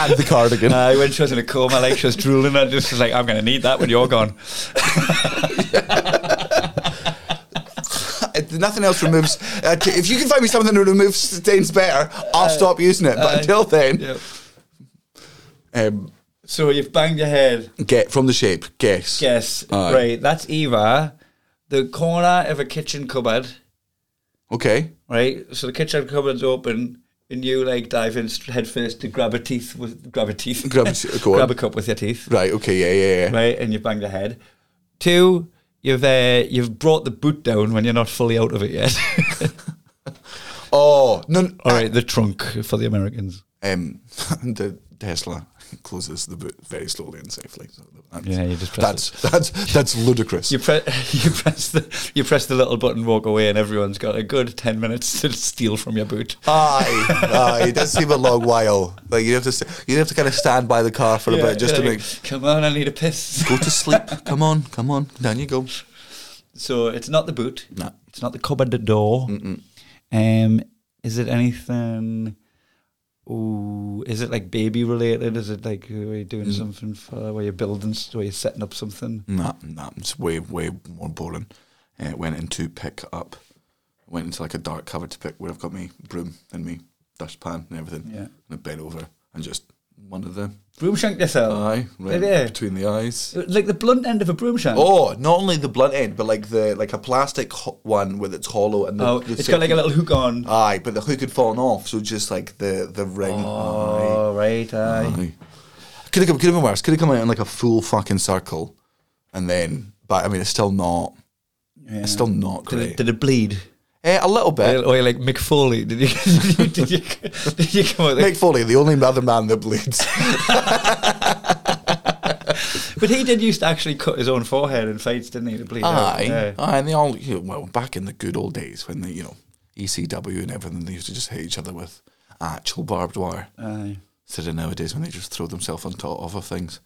and the cardigan.
Uh, when she was in a coma, like she was drooling, I just was like, I'm going to need that when you're gone.
It- Nothing else removes. Uh, t- if you can find me something that removes stains better, I'll stop using it. But
uh,
until then,
Yep.
um,
So you've banged your head.
get from the shape. Guess.
Yes.
Aye.
Right. That's Eva. The corner of a kitchen cupboard.
Okay.
right? So the kitchen cupboard's open, and you like dive in st- head first to grab a teeth with grab a teeth,
Grab
<laughs>
a t- go on.
grab a cup with your teeth,
Right. Okay. Yeah. Yeah. Yeah.
right? And you bang the head. Two, you've uh, you've brought the boot down when you're not fully out of it yet. <laughs>
Oh no. no,
All right, the trunk for the Americans.
Um, <laughs> the Tesla closes the boot very slowly and safely. So that's,
Yeah, you just press
that's, that's that's ludicrous.
You press <laughs> you press the you press the little button, walk away, and everyone's got a good ten minutes to steal from your boot. <laughs>
Aye, aye. It does seem a long while. Like you have to, you have to kind of stand by the car for a
Yeah,
bit just to
you're
make.
like, Come on, I need a piss.
Go to sleep. Come on, come on. Down you go.
So it's not the boot.
No.
It's not the cupboard door. Um, is it anything? Ooh, is it like baby related? Is it like where you're doing
Mm.
something for where you're building, s- where you're setting up something?
Nah, nah. It's way, way more boring. Uh, went in to pick up. Went into like a dark cupboard to pick where I've got my broom and my dustpan and everything.
Yeah.
And I bent over and just one of them.
Broom shank yourself.
Eye right
Yeah.
between the eyes.
like the blunt end of a broom shank.
Uh, Oh, not only the blunt end, but like the like a plastic ho- one with it's hollow and the,
Oh,
the
it's got like a little hook on.
Aye, but the hook had fallen off, so just like the the ring. Aye.
Oh, right. aye.
Could have come, could have been worse. Could have come out in like a full fucking circle, and then. But I mean, it's still not.
Yeah.
It's still not
Did
great.
it, did it bleed?
Eh, a little bit.
Or like Mick Foley? Did you <laughs> did you, did you, did you come out? Like,
Mick Foley, the only other man that bleeds.
but he did used to actually cut his own forehead in fights, didn't he? To bleed. out?
aye,
<laughs> Yeah.
aye, and they all. You know, well, back in the good old days when they, you know, ECW and everything, they used to just hit each other with actual barbed wire.
Aye.
Instead of nowadays when they just throw themselves on top of things.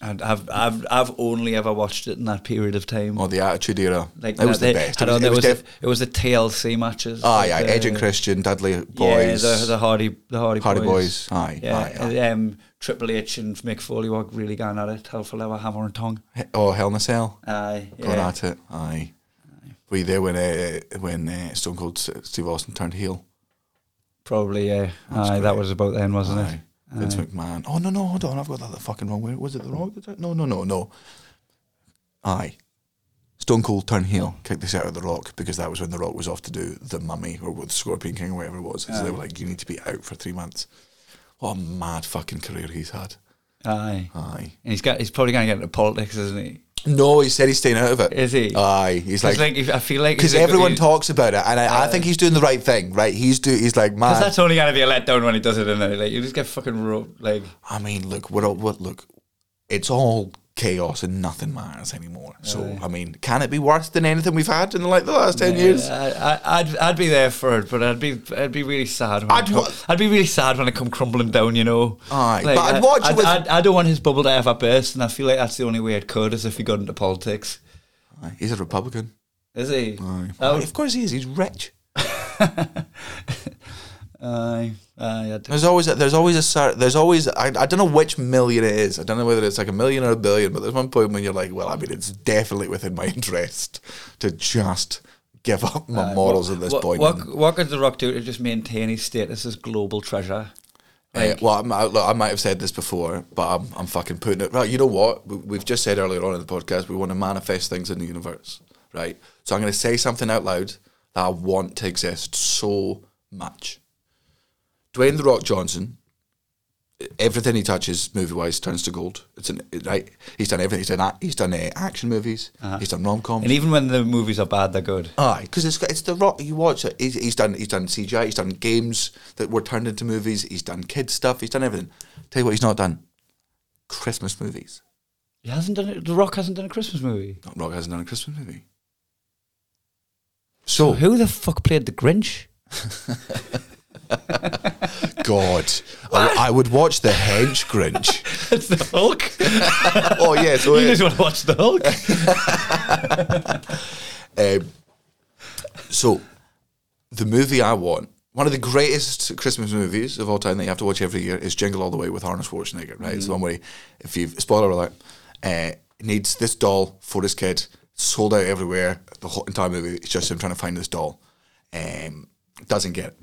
And I've I've I've only ever watched it in that period of time.
Or the Attitude Era.
like
Oh, it was
that-
the
they
best. It
had
was,
on-
it
there
was
was the-
def-
it was the TLC matches.
aye,
like
aye.
the-
Edge and Christian, Dudley
Yeah,
Boys.
the, the Hardy the Hardy,
Hardy
boys.
Boys. Aye,
Yeah,
aye, aye.
and, um, Triple H and Mick Foley were really going at it. Hell they were hammer and tongue.
He- oh, Hell in a Cell.
Aye,
Got
yeah.
at it. Aye. Were you there when uh, when uh, Stone Cold S- Steve Austin turned heel?
probably yeah. aye,
great.
that was about then, wasn't
Aye. Vince McMahon. Oh no no hold on I've got that the fucking wrong way. Was it the wrong? was it- No no no no. Aye. Stone Cold turn heel, kicked this out of the Rock because that was when the Rock was off to do the Mummy or with Scorpion King or whatever it was. So they were like, you need to be out for three months. What a mad fucking career he's had.
it? Aye,
Aye.
and he's got he's probably going to get into politics, isn't he?
No, he said he's staying out of it.
Is he?
Aye. He's
Because
like
like, if- I feel like
because
he's a good-
everyone
he-
talks about it, and I, I think he's doing the right thing. Right? He's do. He's like man.
'cause that's only going to be a letdown when he does it, isn't it? Like you just get fucking roped. Like
I mean, look, what, what, look, it's all chaos and nothing matters anymore. So, I mean, can it be worse than anything we've had in like the last 10 years?
I, I, I'd I'd be there for it, but I'd be I'd be really sad. When
I'd
I'd, come,
wa-
I'd be really sad when I come crumbling down, you know.
Aye, but I'd
I-
watch it
I'd,
with-
I'd, I don't want his bubble to ever burst, and I feel like that's the only way it could is if he got into politics.
Aye, He's a Republican.
Is he? Oh,
Aye.
That would-
of course he is. He's rich.
aye, aye, I'd-
There's always a, there's always a cer- there's always I, I don't know which million it is. I don't know whether it's like a million or a billion, but there's one point when you're like, well, I mean, it's definitely within my <laughs> interest to just give up my morals at this
Uh, what,
point.
What, what could The Rock do to just maintain his status as global treasure?
Uh, well, I'm, I, look, I might have said this before, but I'm, I'm fucking putting it right. You know what? We, we've just said earlier on in the podcast we want to manifest things in the universe, right? So I'm going to say something out loud that I want to exist so much. Dwayne the Rock Johnson, e, everything he touches, movie wise, turns to gold. It's an right. He's done everything. He's done. a- He's done uh, action movies. He's done rom coms.
And even when the movies are bad, they're good.
Aye, because it's it's the rock you watch it. He's, he's done he's done CGI, he's done games that were turned into movies. He's done kids stuff. He's done everything. Tell you what, he's not done Christmas movies.
He hasn't done it. The Rock hasn't done a Christmas movie.
Not Rock hasn't done a Christmas movie. So, <laughs>
Who the fuck played the Grinch? <laughs>
God, I, I would watch the Hedge Grinch.
It's the Hulk.
<laughs> oh yes, oh,
you
yeah.
just want to watch the Hulk. <laughs>
Um, so, the movie I want, one of the greatest Christmas movies of all time that you have to watch every year is Jingle All the Way with Arnold Schwarzenegger. Right, it's the one where, he, if you spoiler alert, uh, needs this doll for his kid. Sold out everywhere. The whole entire movie it's just him trying to find this doll. Um, doesn't get it.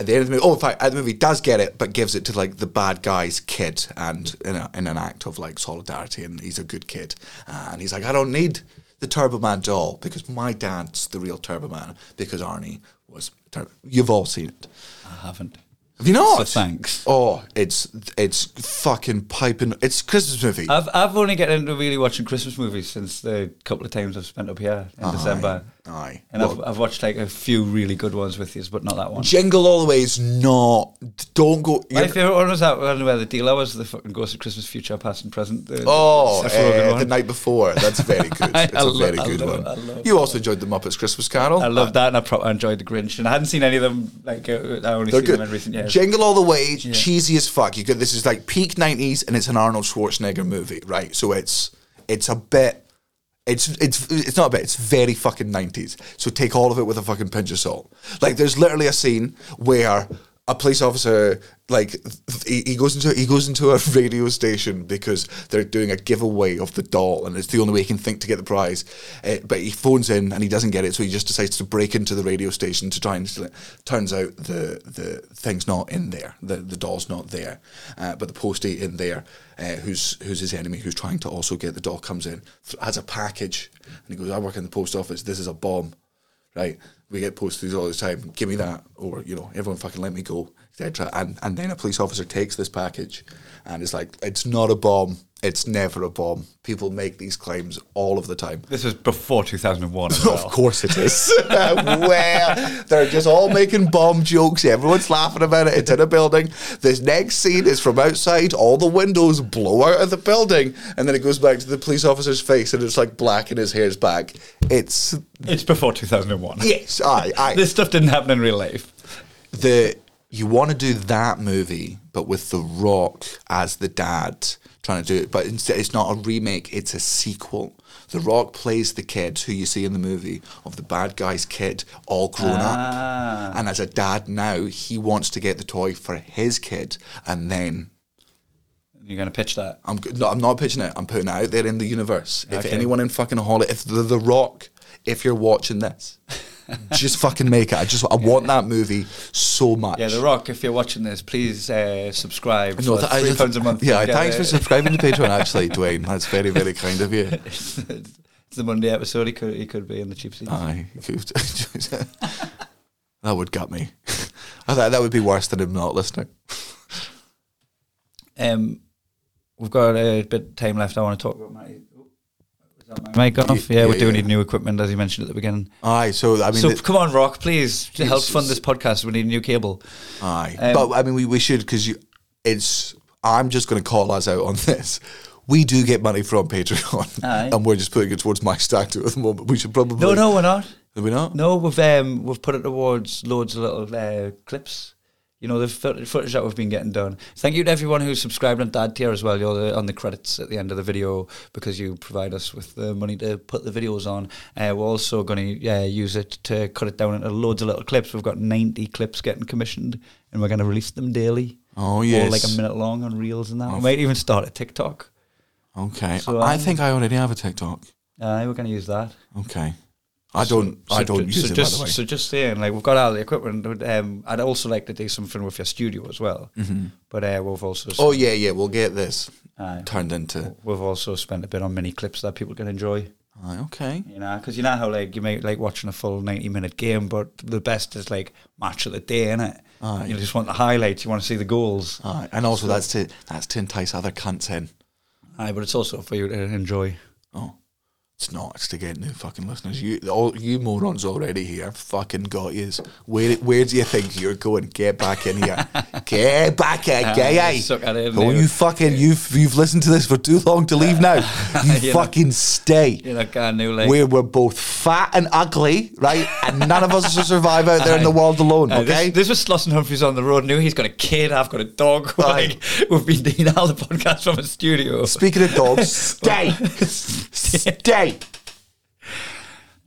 At the end of the movie, oh, in fact, at the movie does get it, but gives it to like the bad guy's kid, and in, a, in an act of like solidarity, and he's a good kid, Uh, and he's like, I don't need the Turbo Man doll because my dad's the real Turbo Man because Arnie was Turbo. You've all seen it,
I haven't.
have you not?
So thanks.
Oh, it's it's fucking piping. It's a Christmas movie.
I've I've only get into really watching Christmas movies since the couple of times I've spent up here in December.
Aye.
And
Well-
I've, I've watched like a few really good ones with you, but not that one.
Jingle all the way is not. Don't go.
My
you're-
favourite one was that one where the dealer was the fucking Ghost of Christmas Future, Past and Present. The,
Oh,
Seth Rogen
uh,
one.
the night before. That's very
<laughs>
good.
I
It's a
love-
very
I
good
love-
one.
I love
you also enjoyed the Muppets Christmas Carol.
I loved that, and I proper enjoyed the Grinch. And I hadn't seen any of them. Like uh, I only
They're
seen
good.
them in recent years.
Jingle all the way, cheesy as fuck. You could, this is like peak nineties, and it's an Arnold Schwarzenegger movie, right? So it's it's a bit. It's it's it's not a bit. It's very fucking nineties. So take all of it with a fucking pinch of salt. Like there's literally a scene where a police officer like th- he, he goes into he goes into a <laughs> radio station because they're doing a giveaway of the doll and it's the only way he can think to get the prize. Uh, but he phones in and he doesn't get it, so he just decides to break into the radio station to try and steal it. Turns out the the thing's not in there. The the doll's not there. Uh, but the postie in there, uh, who's who's his enemy, who's trying to also get the doll, comes in th- has a package and he goes, "I work in the post office. This is a bomb." right? We get posties all the time. Give me that, or you know, everyone fucking let me go, etc. And and then a police officer takes this package, and it's like, it's not a bomb. It's never a bomb. People make these claims all of the time.
This was before 2001. As
Of
well.
course it is. <laughs> well, they're just all making bomb jokes. Everyone's laughing about it. It's in a building. This next scene is from outside. All the windows blow out of the building, and then it goes back to the police officer's face, and it's like black, and his hair's back. It's
it's before 2001.
yes, I, I.
This stuff didn't happen in real life.
the you want to do that movie, but with The Rock as the dad trying to do it. But instead, it's not a remake; it's a sequel. The Rock plays the kid who you see in the movie of the bad guy's kid, all grown
Ah.
up, and as a dad now, he wants to get the toy for his kid, and then.
You're going to pitch that.
I'm g- no, I'm not pitching it. I'm putting it out there in the universe. If
Okay.
anyone in fucking Hollywood, if the, the Rock, if you're
<laughs>
watching this, just fucking make it. I just I want that movie so much.
Yeah, The Rock. If you're watching this, please uh, subscribe.
No,
for
th-
three
I-
pounds a month.
Yeah,
You get
thanks
it.
for subscribing to Patreon.
<laughs>
Actually, Dwayne, that's very, very kind of you.
it's the Monday episode. He could he could be in the cheap seat. <laughs>
Aye, that would gut me. I thought that would be worse than him not listening.
Um, we've got a bit of time left. I want to talk about my. oh, is that my Mic gone off.
Yeah,
Yeah, we
yeah,
do
yeah.
need new equipment, as you mentioned at the beginning.
Aye, so I mean,
so
th-
come on, Rock, please to help
Jesus.
fund this podcast. We need a new cable.
aye,
um,
but I mean, we, we should because you, it's. I'm just going to call us out on <laughs> this. We do get money from Patreon,
Aye.
and we're just putting it towards my statue at the moment. We should probably
No, no, we're not.
Are we not?
No, we've um, we've put it towards loads of little uh, clips. You know the fut- footage that we've been getting done. Thank you to everyone who's subscribed on Dad Tier as well. You're the, on the credits at the end of the video because you provide us with the money to put the videos on. Uh, we're also going to uh, use it to cut it down into loads of little clips. We've got 90 clips getting commissioned, and we're going to release them daily.
Oh,
or like a
yes.
minute long on reels and that. we might even start a TikTok.
Okay,
So,
I
um,
think I already have a TikTok.
Uh, we're going to use that.
Okay, I don't. I don't
ju-
use
so
it.
just,
by the way.
So just saying, like we've got all the equipment. but, Um, I'd also like to do something with your studio as well. But uh, we've also s-
Mm-hmm. Oh yeah, yeah. We'll get this
Aye.
turned into.
we've also spent a bit on mini clips that people can enjoy.
Aye, okay.
You know, because you know how like you might like watching a full ninety minute game, but the best is like match of the day, innit?
Aye.
You just want the highlights. You want to see the goals.
Aye. And also that's to that's to entice other cunts in.
Aye, but it's also for you to enjoy.
Oh, It's not. It's to get new fucking listeners. You all you morons already here. Fucking got yous. Where where do you think you're going? Get back
<laughs>
in here. Get back in
Ah,
here.
suck at it,
Oh,
mate.
you fucking you've you've listened to this for too long to
<laughs>
leave now. You
You're not-
fucking stay
You're like, I knew, like,
where we're both fat and ugly, right? And none of us will survive out there in the world alone,
Uh, this-
okay?
this, was Slosson Humphries on the road. Knew he's got a kid. I've got a dog. <laughs> Like, we've been doing all the podcast from a studio.
Speaking of
<laughs>
dogs, stay! stay!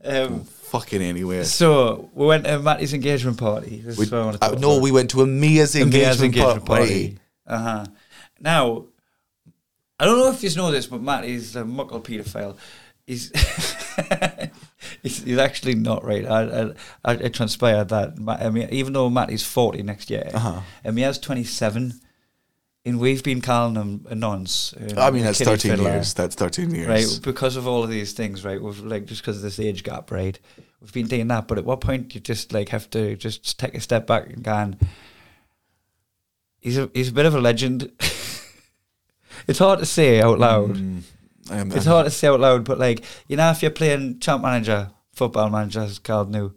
Um,
Fucking anywhere.
so we went to Matty's engagement party. This
We,
is what I want to
uh,
talk
no,
about.
we went to a Mia's
Mia's
engagement,
engagement
party.
party. Uh huh. Now, I don't know if you know this, but Matt is a muckle paedophile. He's, <laughs> he's he's actually not right. I, I, I it transpired that Ma- I mean, even though Matt is forty next year, uh-huh. and Mia's twenty seven, and we've been calling him a nonce. um,
I mean,
a
that's
kiddie
13
fiddler,
years. That's 13 years.
right? Because of all of these things, right? We've like just because of this age gap, right? We've been doing that, but at what point you just like have to just take a step back and go? and- He's a he's a bit of a legend. <laughs> it's hard to say out loud.
Um,
It's hard to say out loud, but like you know, if you're playing champ manager, football manager, as called new.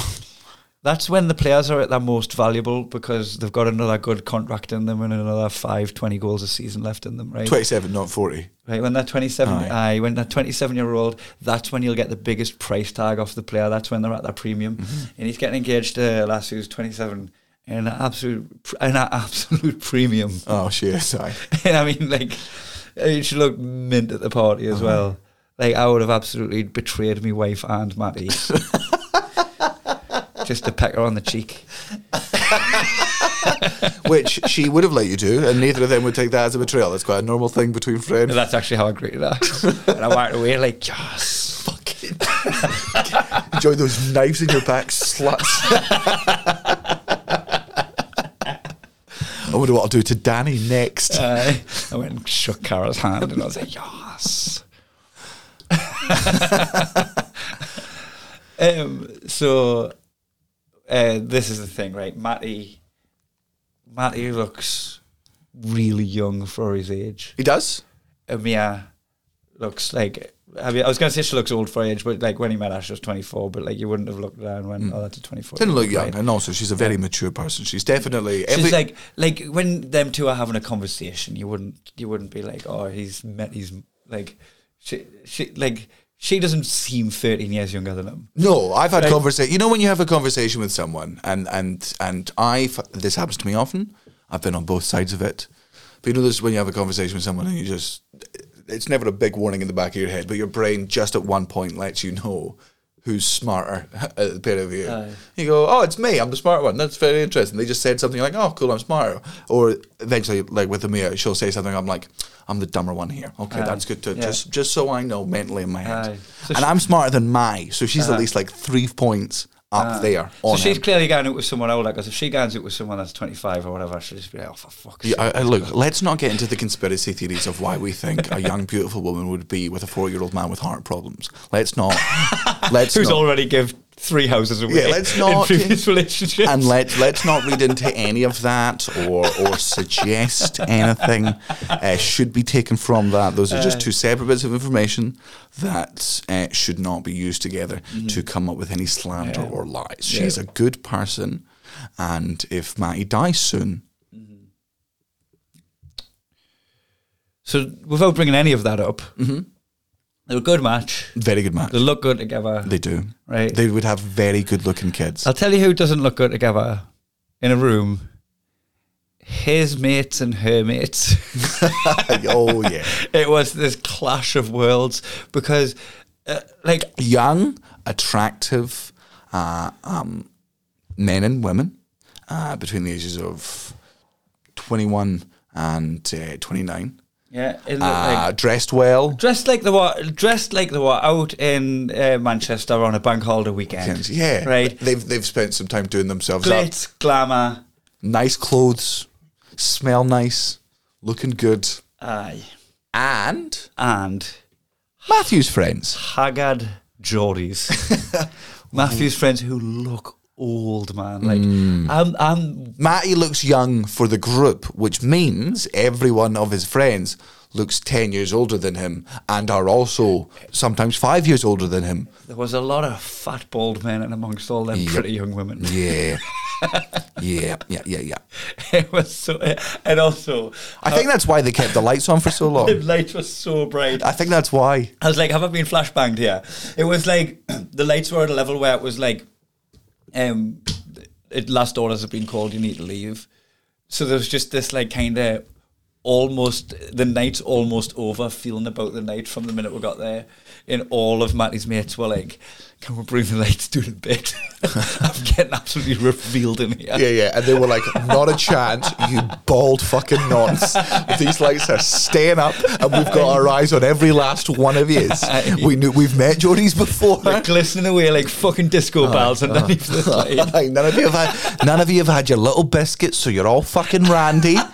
<laughs> That's when the players are at their most valuable because they've got another good contract in them and another five, 20 goals a season left in them, right?
27, not 40.
Right, when they're 27,
Aye.
aye, when they're 27 year old, that's when you'll get the biggest price tag off the player. That's when they're at their premium. And he's getting engaged to a lass who's 27 and an absolute, pr- an a- absolute premium. <laughs>
Oh, shit. Sorry.
and I mean, like, uh, she looked mint at the party as well. Like, I would have absolutely betrayed me wife and Matty. Just to peck her on the cheek.
Which she would have let you do, and neither of them would take that as a betrayal. That's quite a normal thing between friends.
<laughs> That's actually how I greeted her. and I walked away like, yes.
Fucking. Enjoy those knives in your back, sluts. I wonder what I'll do to Danny next.
Uh, I went and shook Carol's hand and I was like, yes. <laughs> um, so uh, this is the thing, right? Matty, Matty looks really young for his age.
He does.
And Mia looks like. I mean, I was going to say she looks old for her age, but like when he met her, she was 24. But like you wouldn't have looked at her and went, "Oh, that's a 24."
Hmm. Didn't look young, and also she's a very mature person. She's definitely. every-
She's like, like when them two are having a conversation, you wouldn't, you wouldn't be like, oh, he's met, he's like, she, she, like, she doesn't seem thirteen years younger than him.
No, I've had
Right.
conversation. You know when you have a conversation with someone, and and and I this happens to me often. I've been on both sides of it, but you know this is when you have a conversation with someone and you just it's never a big warning in the back of your head, but your brain just at one point lets you know who's smarter <laughs> at the pair of you.
Aye.
You go, oh, it's me. I'm the smart one. That's very interesting. They just said something like, oh, cool, I'm smarter. Or eventually, like with Amir, she'll say something. I'm like, I'm the dumber one here. Okay,
Aye.
that's good to
Yeah.
just just so I know mentally in my head.
Aye. So
and
she-
I'm smarter than Mai, so she's at least like three points up there on
Uh-huh. Uh, so she's
him.
clearly going out with someone older. Because if she goes out with someone that's twenty five or whatever, she'll just be like, oh, for fuck's
Yeah, I- I- look, let's not get into the conspiracy theories of why we think a young, beautiful woman would be with a four-year-old man with heart problems.
<laughs>
Let's not. Let's
sake. who's
not.
already give three houses away.
Yeah, let's
<laughs>
not-
in previous relationships.
and let let's not read into any of that or or suggest anything uh, should be taken from that. Those are just two separate bits of information that uh, should not be used together to come up with any slander or lies. She's a good person, and if Matty dies soon,
so without bringing any of that up,
Mm-hmm.
they're a good match.
very good match.
They look good together,
They do.
right?
They would have very good-looking
<laughs>
kids.
I'll tell you who doesn't look good together in a room. His mates and her mates. <laughs>
oh yeah,
it was this clash of worlds because, uh, like,
young, attractive uh, um, men and women uh, between the ages of 21 and uh, 29,
yeah, in the,
uh,
like,
dressed well.
Ah. dressed like they were dressed like they were out in uh, Manchester on a bank holiday weekend.
Yeah,
right.
They've they've spent some time doing themselves up.
Glitz, glamour,
Nice clothes, smell nice, looking good,
aye,
and
and
Matthew's friends.
<laughs> haggard Geordies. Matthew's friends who look old man. Like I'm, I'm
Matty looks young for the group, which means every one of his friends looks 10 years older than him and are also sometimes five years older than him.
there was a lot of fat bald men and amongst all them
Yep.
pretty young women.
<laughs> Yeah. yeah, yeah, yeah, yeah.
<laughs> it was so, and also
I think that's why they kept the lights on for so
the
<laughs> long.
light was so bright.
I think that's why.
I was like, have I been flashbanged here? It was like <clears throat> the lights were at a level where it was like, um, it, last orders have been called. You need to leave. So there was just this like kind of almost the night's almost over feeling about the night from the minute we got there. And all of Matty's mates were like, "Can we bring the lights down a bit? <laughs> I'm getting absolutely revealed in here."
Yeah, yeah. And they were like, not a chance, you bald fucking nonce. These lights are staying up and we've got our eyes on every last one of <laughs> you. We knew we've met Jody's <laughs> before.
They're glistening away like fucking
Oh,
disco balls underneath
<laughs>
the light.
Like, none of you have had none of you have had your little biscuits, so you're all fucking randy. <laughs>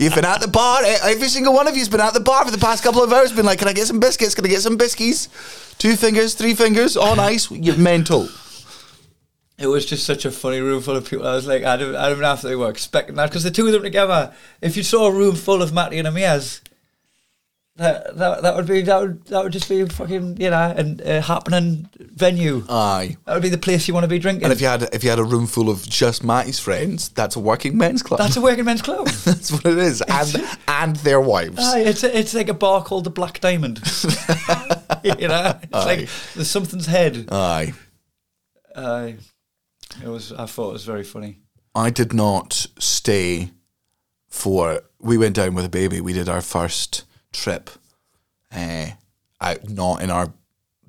You've been at the bar. e- Every single one of you's been at the bar for the past couple of hours. Been like, can I get some biscuits? Can I get some biscuits? Two fingers, three fingers on ice. You're mental.
It was just such a funny room full of people. I was like, I don't, I don't know if they were expecting that because the two of them together. If you saw a room full of Matty and Amias, that, that that would be that would that would just be a fucking you know and uh, happening venue.
Aye.
that would be the place you want to be drinking.
And if you had if you had a room full of just Matty's friends, that's a working men's club.
That's a working men's club.
<laughs> That's what
<laughs>
it is, and and their wives.
Aye, it's a, it's like a bar called the Black
<laughs>
Diamond. <laughs> you know, it's
Aye.
like there's something's head.
Aye.
Aye. it was. I thought it was very funny.
I did not stay for. We went down with a baby. We did our first trip uh, out, not in our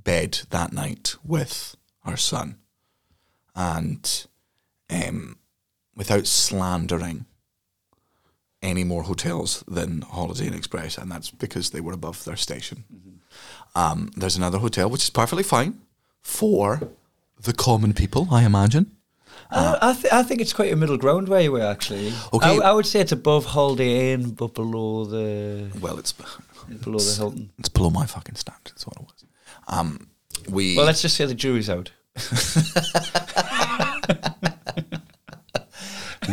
bed that night with our son. And um, without slandering any more hotels than Holiday Inn Express, and that's because they were above their station. Um, there's another hotel, which is perfectly fine for the common people, I imagine.
I, I, th- I think it's quite a middle ground where you were actually.
Okay.
I, I would say it's above Holiday Inn, but below the
Well, it's
below the Hilton.
It's below my fucking standards. That's what it was. Um, we
Well, let's just say the jury's out.
<laughs>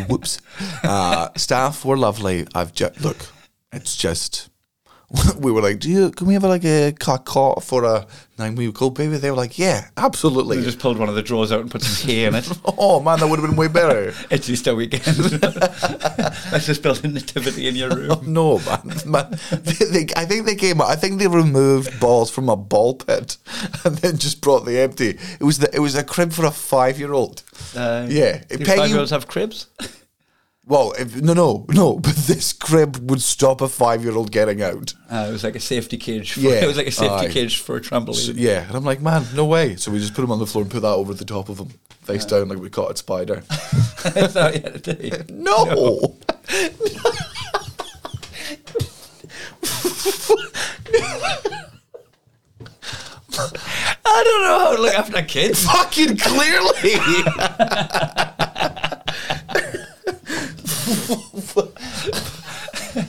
whoops. Uh, staff were lovely. I've just look. It's just <laughs> we were like, do you can we have like a cacot for a nine week old baby? They were like, yeah, absolutely.
They just pulled one of the drawers out and put some hay in it.
oh man, that would have been way better. <laughs>
It's Easter weekend. let's just build a nativity in your room.
No man, man they, they- I think they came. I think they removed balls from a ball pit <laughs> and then just brought the empty. It was the, it was a crib for a five year old.
Uh,
Yeah,
do
Peggy-
five-year-olds have cribs?
Well, if, no, no, no. <laughs> But this crib would stop a five-year-old getting out.
Uh, it was like a safety cage. For, <laughs>
Yeah,
it was like a safety
aye.
cage for a trampoline. <laughs>
So, yeah, and I'm like, man, no way. So we just put him on the floor and put that over the top of him, face down, like we caught
<laughs>
a spider.
That's how you had to do
<laughs>
it.
No.
I don't know how to Oh, look after
<laughs>
kids.
Fucking clearly.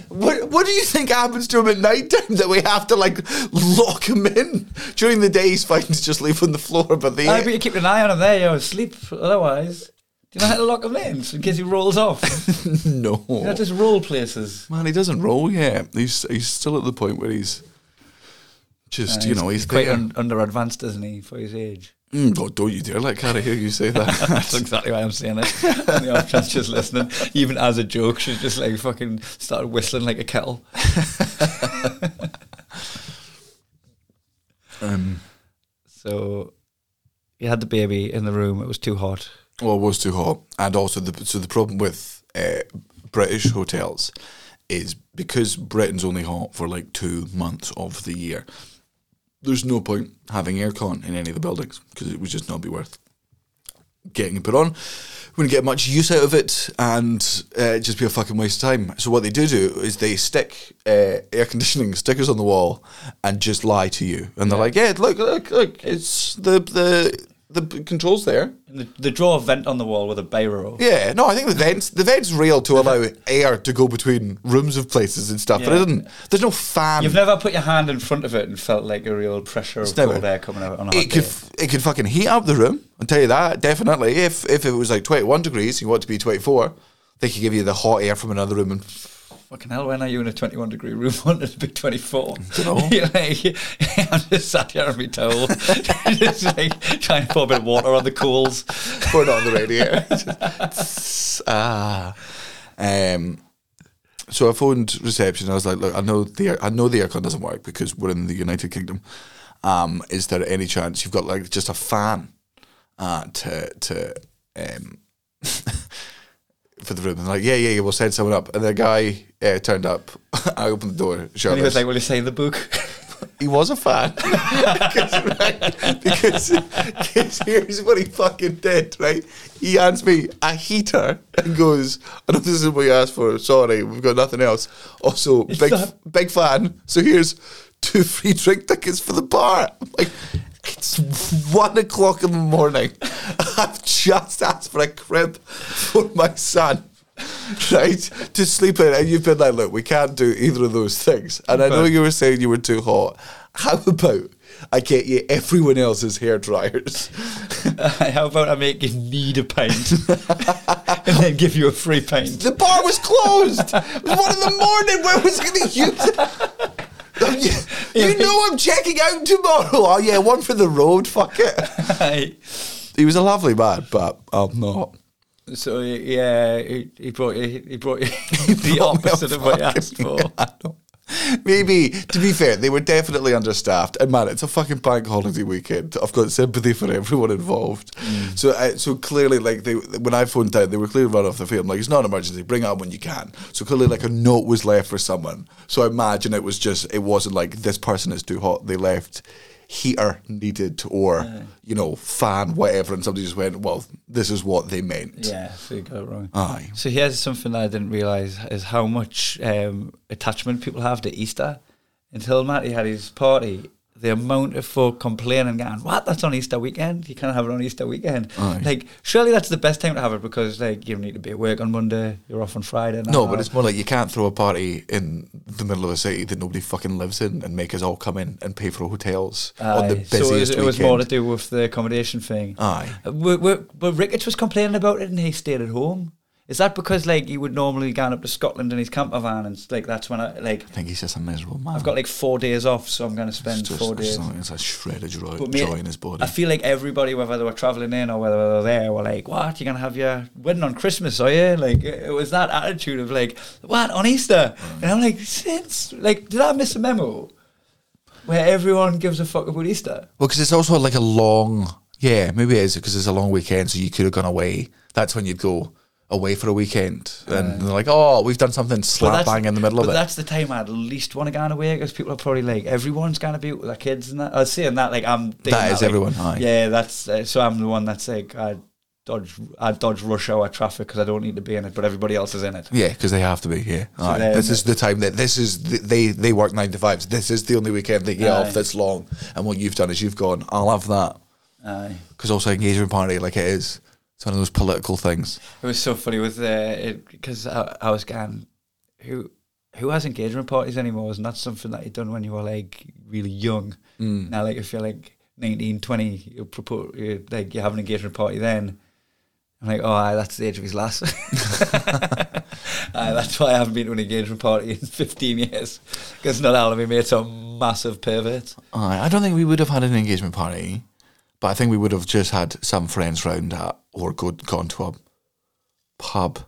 What, what do you think happens to him at night time that we have to like lock him in? During the day, he's fine to just leave on the floor, but the
I bet you keep an eye on him there. You're asleep. Otherwise, do you know how to lock him in so in case he rolls off?
<laughs> no.
you know, just roll places.
Man, he doesn't roll yet. He's he's still at the point where he's just
Uh,
you know he's,
quite
there.
un- under advanced, isn't he, for his age?
Mm, oh, don't you dare let Cara hear you say that.
<laughs> That's exactly why I'm saying it. <laughs> And the off chance she's listening, even as a joke, she's just like fucking started whistling like a kettle.
um,
So you had the baby in the room. It was too hot.
well, it was too hot, and also the so the problem with uh, British hotels is because Britain's only hot for like two months of the year. There's no point having aircon in any of the buildings because it would just not be worth getting put on. We wouldn't get much use out of it and uh, it'd just be a fucking waste of time. So what they do do is they stick uh, air conditioning <laughs> stickers on the wall and just lie to you. And they're like, yeah, look, look, look, it's the the The b- controls there.
And the, they draw a vent on the wall with a barrel.
Yeah, no, I think the vents the vents rail to allow air to go between rooms of places and stuff, but
Yeah.
it didn't. There's no fan.
You've never put your hand in front of it and felt like a real pressure of
never-
cold air coming out on a hot
it could
day.
f- it could fucking heat up the room. I'll tell you that definitely. If if it was like 21 degrees, you want it to be 24. They could give you the hot air from another room and
Fucking hell, when are you in a 21 degree room <laughs> wanting to be 24?
dunno.
<laughs> You're like, I'm just sat here on my towel, <laughs> just like trying to pour a bit of water on the coals.
put it on the radio. <laughs> Just, ah, um. So I phoned reception. I was like, "Look, I know the air- I know the aircon doesn't work because we're in the United Kingdom. Um, is there any chance you've got like just a fan uh, to to um, <laughs> for the room?" And they're like, "Yeah, yeah, yeah, we'll send someone up." And the guy uh, turned up. <laughs> I opened the door.
And he was
shirtless.
like, Will you sign the book? <laughs>
He was a fan. <laughs> 'Cause, right, because, because here's what he fucking did, right? He hands me a heater and goes, I know this is what you asked for. Sorry, we've got nothing else. Also, big
not-
big fan. So here's two free drink tickets for the bar. I'm like, it's one o'clock in the morning. <laughs> I've just asked for a crib for my son. Right to sleep in, and you've been like, "Look, we can't do either of those things." And I know you were saying you were too hot. How about I get you everyone else's hair dryers? <laughs>
How about I make you need a pint <laughs> and then give you a free pint?
The bar was closed. it was one in the morning. Where was going to use it? Um, You, you know I'm checking out tomorrow. Oh yeah, one for the road. Fuck it.
Aye.
He was a lovely man, but I'm not.
so, yeah, he, he brought you, he brought you <laughs> the
brought me a
opposite of what you asked for.
<laughs> I know. Maybe to be fair, they were definitely understaffed. And man, it's a fucking bank holiday weekend. I've got sympathy for everyone involved.
Mm.
So, I, so clearly, like they, when I phoned down, they were clearly run off the field. I'm like, it's not an emergency. Bring it up when you can. So clearly, like a note was left for someone. So I imagine it was just, it wasn't like this person is too hot. They left heater needed or you know fan whatever, and somebody just went, well, this is what they meant.
Yeah, so you got it wrong.
Aye.
So here's something that I didn't realise is how much um, attachment people have to Easter. Until Matty had his party, the amount of folk complaining, going, "What? That's on Easter weekend? You can't have it on Easter weekend."
Aye.
Like, surely that's the best time to have it because like you need to be at work on Monday, you're off on Friday. and
No,
that.
but it's more like you can't throw a party in the middle of a city that nobody fucking lives in and make us all come in and pay for hotels on the
Aye.
busiest
so it was,
weekend.
it was more to do with the accommodation thing. Uh,
Aye.
Were, were, were Ricketts was complaining about it and he stayed at home. Is that because like he would normally go up to Scotland in his camper van and like that's when I like
I think he's just a miserable man.
I've got like four days off, so I'm going to spend
just,
four days.
It's, it's a shred of joy,
But mate,
joy in his body.
I feel like everybody, whether they were travelling in or whether they were there, were like, "What? You're going to have your wedding on Christmas, are you?" Like it was that attitude of like, "What on Easter?"
Mm.
And I'm like, "Since like, did I miss a memo where everyone gives a fuck about Easter?"
well, because it's also like a long. Yeah, maybe it is because it's a long weekend, so you could have gone away. That's when you'd go away for a weekend, and they're like, "Oh, we've done something slap
that's-
bang in the middle of
but
it."
that's the time I'd least want to go on away because people are probably like, everyone's going to be out with their kids and that. I was saying that like I'm. thinking
That is
like,
everyone, aye.
Yeah, that's uh, so I'm the one that's like I dodge I dodge rush hour traffic because I don't need to be in it, but everybody else is in it.
Yeah, because they have to be. Yeah, Aye.
then-
this is the time that this is th they they work nine to fives. This is the only weekend they get
Aye.
off that's long. And what you've done is you've gone. I'll have that
Aye.
because also engagement party like it is. It's one of those political things.
It was so funny with uh, because I, I was going, who who has engagement parties anymore? Isn't that something that you done when you were like really young? Now, like if you're like 19, 20, you propose, you, like you have an engagement party then. I'm like, oh, aye, that's the age of his last. aye, that's why I haven't been to an engagement party in 15 years because not all of my mates are massive perverts.
Aye, I don't think we would have had an engagement party, but I think we would have just had some friends round at or go gone to a pub.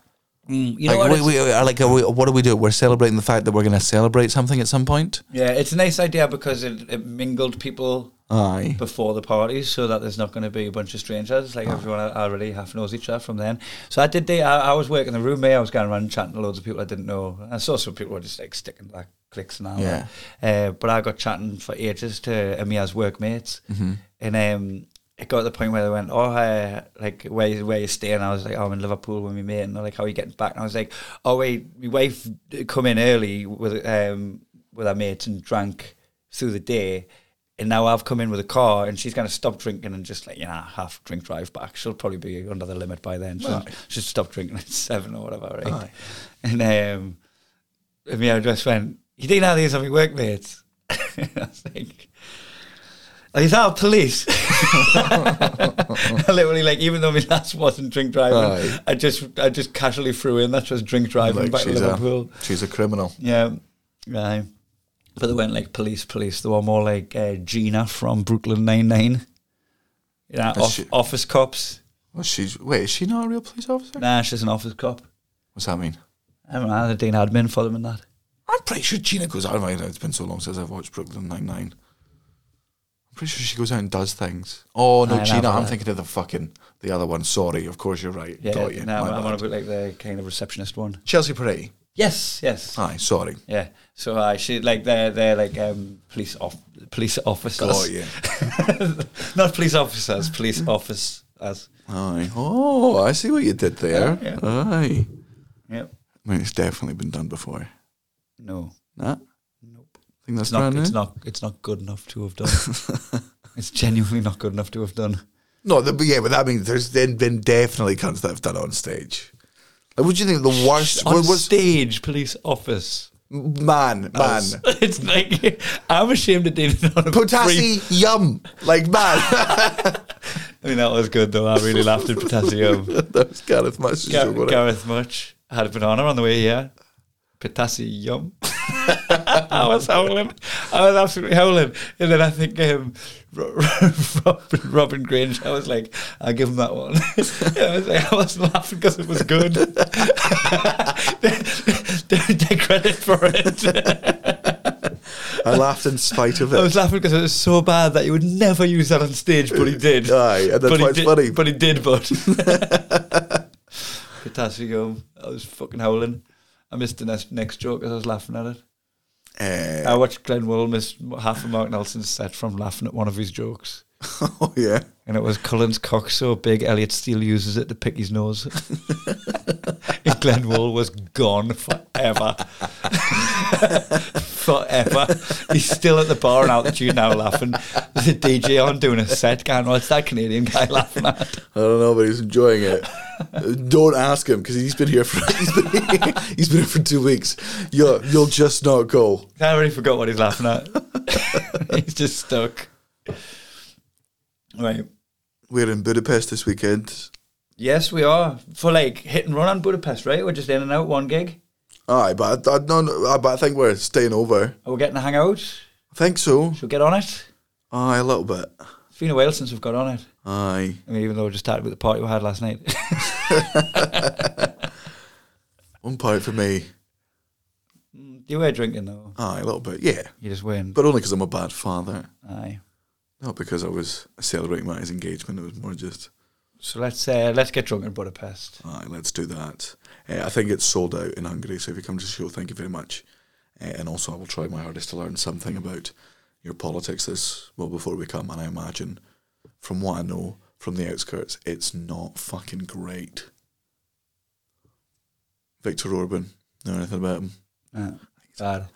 Mm, you know
like,
what?
we, we, are like, are we, what do we do? We're celebrating the fact that we're going to celebrate something at some point.
yeah, it's a nice idea because it, it mingled people
Aye.
before the parties so that there's not going to be a bunch of strangers. Like everyone already half knows each other from then. So I did. The, I, I was working the room. eh, I was going around chatting to loads of people I didn't know. I saw some people were just like sticking like clicks and all
Yeah.
that. Uh, but I got chatting for ages to Emia's workmates, and um, it got to the point where they went, "Oh, uh, like where you- where you staying?" I was like, "Oh, I'm in Liverpool with my mate," and they're like, "How are you getting back?" And I was like, "Oh, wait, my wife come in early with um with our mates and drank." through the day And now I've come in with a car, and she's going to stop drinking and just like you know half drink drive back. She'll probably be under the limit by then. She'll, she'll stop drinking at seven or whatever. Right?
Aye.
And um, and yeah, I just went. You think now these are my workmates? <laughs> I was like, are these our police? <laughs> Literally, like even though my last wasn't drink driving,
Aye.
I just I just casually threw in. That was drink driving
Like
back to
she's, a,
Liverpool.
she's a criminal.
Yeah, yeah. But they weren't like police, police. They were more like uh, Gina from Brooklyn Nine Nine. Yeah,
Is
off,
she-
office cops.
Well, she's wait, is she not a real police officer?
Nah, she's an office cop.
What's that mean?
I don't know. They dean admin for them and that.
I'm pretty sure Gina goes out. I know it's been so long since I've watched Brooklyn Nine Nine. I'm pretty sure she goes out and does things. Oh no,
Aye, and
Gina,
I've-
I'm thinking of the fucking the other one. Sorry, of course you're right.
Yeah,
Got you.
no,
My
I'm
bad.
on about like the kind of receptionist one.
Chelsea Peretti.
Yes, yes.
Aye, sorry.
Yeah. So I she like they're they're like um, police off police officers.
Got you.
<laughs> Not police officers, police office as.
Aye. Oh, I see what you did there.
Yeah, yeah.
Aye.
Yep.
I mean, it's definitely been done before.
No.
Nah.
Nope.
I think that's
It's not
brand
it's
new.
not it's not good enough to have done. <laughs> it's genuinely not good enough to have done.
No, the, but yeah, but that means there's then been definitely cunts that have done it on stage. Like, what do you think the worst?
On
what, what's,
stage, police office.
man, man,
<laughs> it's like I'm ashamed of David.
Potassi, yum, like <laughs> man.
I mean that was good though. I really laughed at potassium.
that was Gareth Matthews.
Gar-
joke, wasn't it?
Gareth Much had a banana on the way here. Potassi yum. <laughs> I was howling. I was absolutely howling. And then I think um, Ro- <laughs> Ro- Robin, Robin Grange, I was like, I'll give him that one. <laughs> And I, was like, I was laughing because it was good. <laughs> Take credit for it.
I laughed in
<laughs>
spite of
I
it.
was laughing because it was so bad that you would never use that on stage,
<laughs>
but he did.
Aye, and that's
but
why
he
it's
did,
funny.
But he did,
<laughs>
but. Potassium. I was fucking howling. I missed the next, next joke as I was laughing at it.
<laughs>
I
Eh,
watched Glenn Wool miss half of Mark Nelson's set from laughing at one of his jokes.
oh yeah.
And it was Cullen's cock so big, Elliot Steele uses it to pick his
<laughs>
nose. and Glenn Wool was gone forever. <laughs> forever. He's still at the bar in altitude now laughing. There's a DJ on doing a set going, what's that Canadian guy laughing at?
I don't know, but he's enjoying it.
<laughs>
don't ask him because he's been here for <laughs> he's been, he's been here for two weeks. You'll you'll just not go.
I already forgot what he's laughing at. he's just stuck. Right.
We're in Budapest this weekend.
Yes, we are. For like hit and run on Budapest, right? We're just in and out, one gig.
Aye, but I, I, no, no, aye, but I think we're staying over.
Are we getting a hangout?
I think so.
Should we get on it?
Aye, a little bit.
It's been a while since we've got on it.
Aye.
I mean, even though I just started with the party we had last night. <laughs>
One part for me.
you were drinking though.
Aye, a little bit. Yeah,
You just win.
but only because I'm a bad father.
Aye.
Not because I was celebrating my engagement. It was more just,
So let's uh, let's get drunk in Budapest.
aye, let's do that. Uh, I think it's sold out in Hungary. So if you come to the show, thank you very much. Uh, and also, I will try my hardest to learn something about your politics this well before we come. And I imagine, from what I know from the outskirts, it's not fucking great. Victor Orban, know anything about him?
Uh, bad.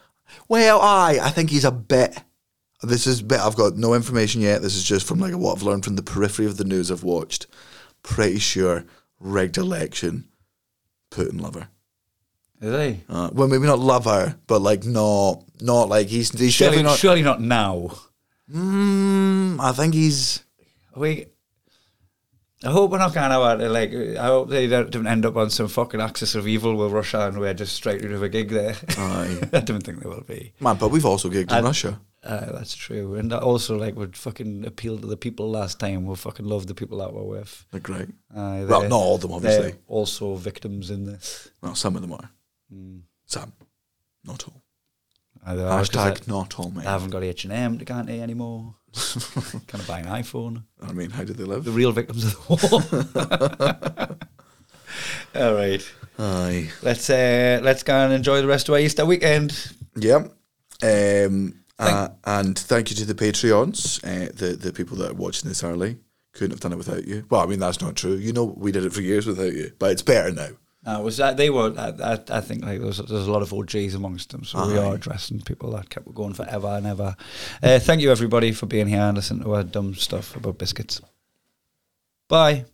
Well, I I think he's a bit. This is bit. I've got no information yet. This is just from like what I've learned from the periphery of the news I've watched. Pretty sure rigged election, Putin lover.
Is he?
Uh, well, maybe not lover, but like not not like he's he's
Surely
definitely
not.
not.
Surely not now.
Mm, I think he's.
Are we. I hope we're not going out at like. I hope they don't, don't end up on some fucking axis of evil with Russia and we're just straight out of a gig there. <laughs>
Aye.
I don't think they will be.
Man, but we've also gigged in Russia.
Uh, that's true. And also, like, we fucking appealed to the people last time. We fucking loved the people that we're with.
They're great.
Uh,
Well,
they're-
not all of them, obviously.
They're also victims in this.
Well, some of them are. Some, not all.
Either
Hashtag not all, mate.
I haven't got H and M to can't eat
<laughs>
anymore. Can I buy an iPhone?
I mean, how did they live?
The real victims of the war.
<laughs>
<laughs> All right,
Aye.
let's uh, let's go and enjoy the rest of our Easter weekend.
Yeah. Um, uh, and thank you to the Patreons, uh, the the people that are watching this early. Couldn't have done it without you. Well, I mean that's not true. You know we did it for years without you, but it's better now.
No, it was that they were. I, I, I think like there's there's a lot of OGs amongst them, so we are addressing people that kept going forever and ever. Uh, thank you everybody for being here and listening to our dumb stuff about biscuits. Bye.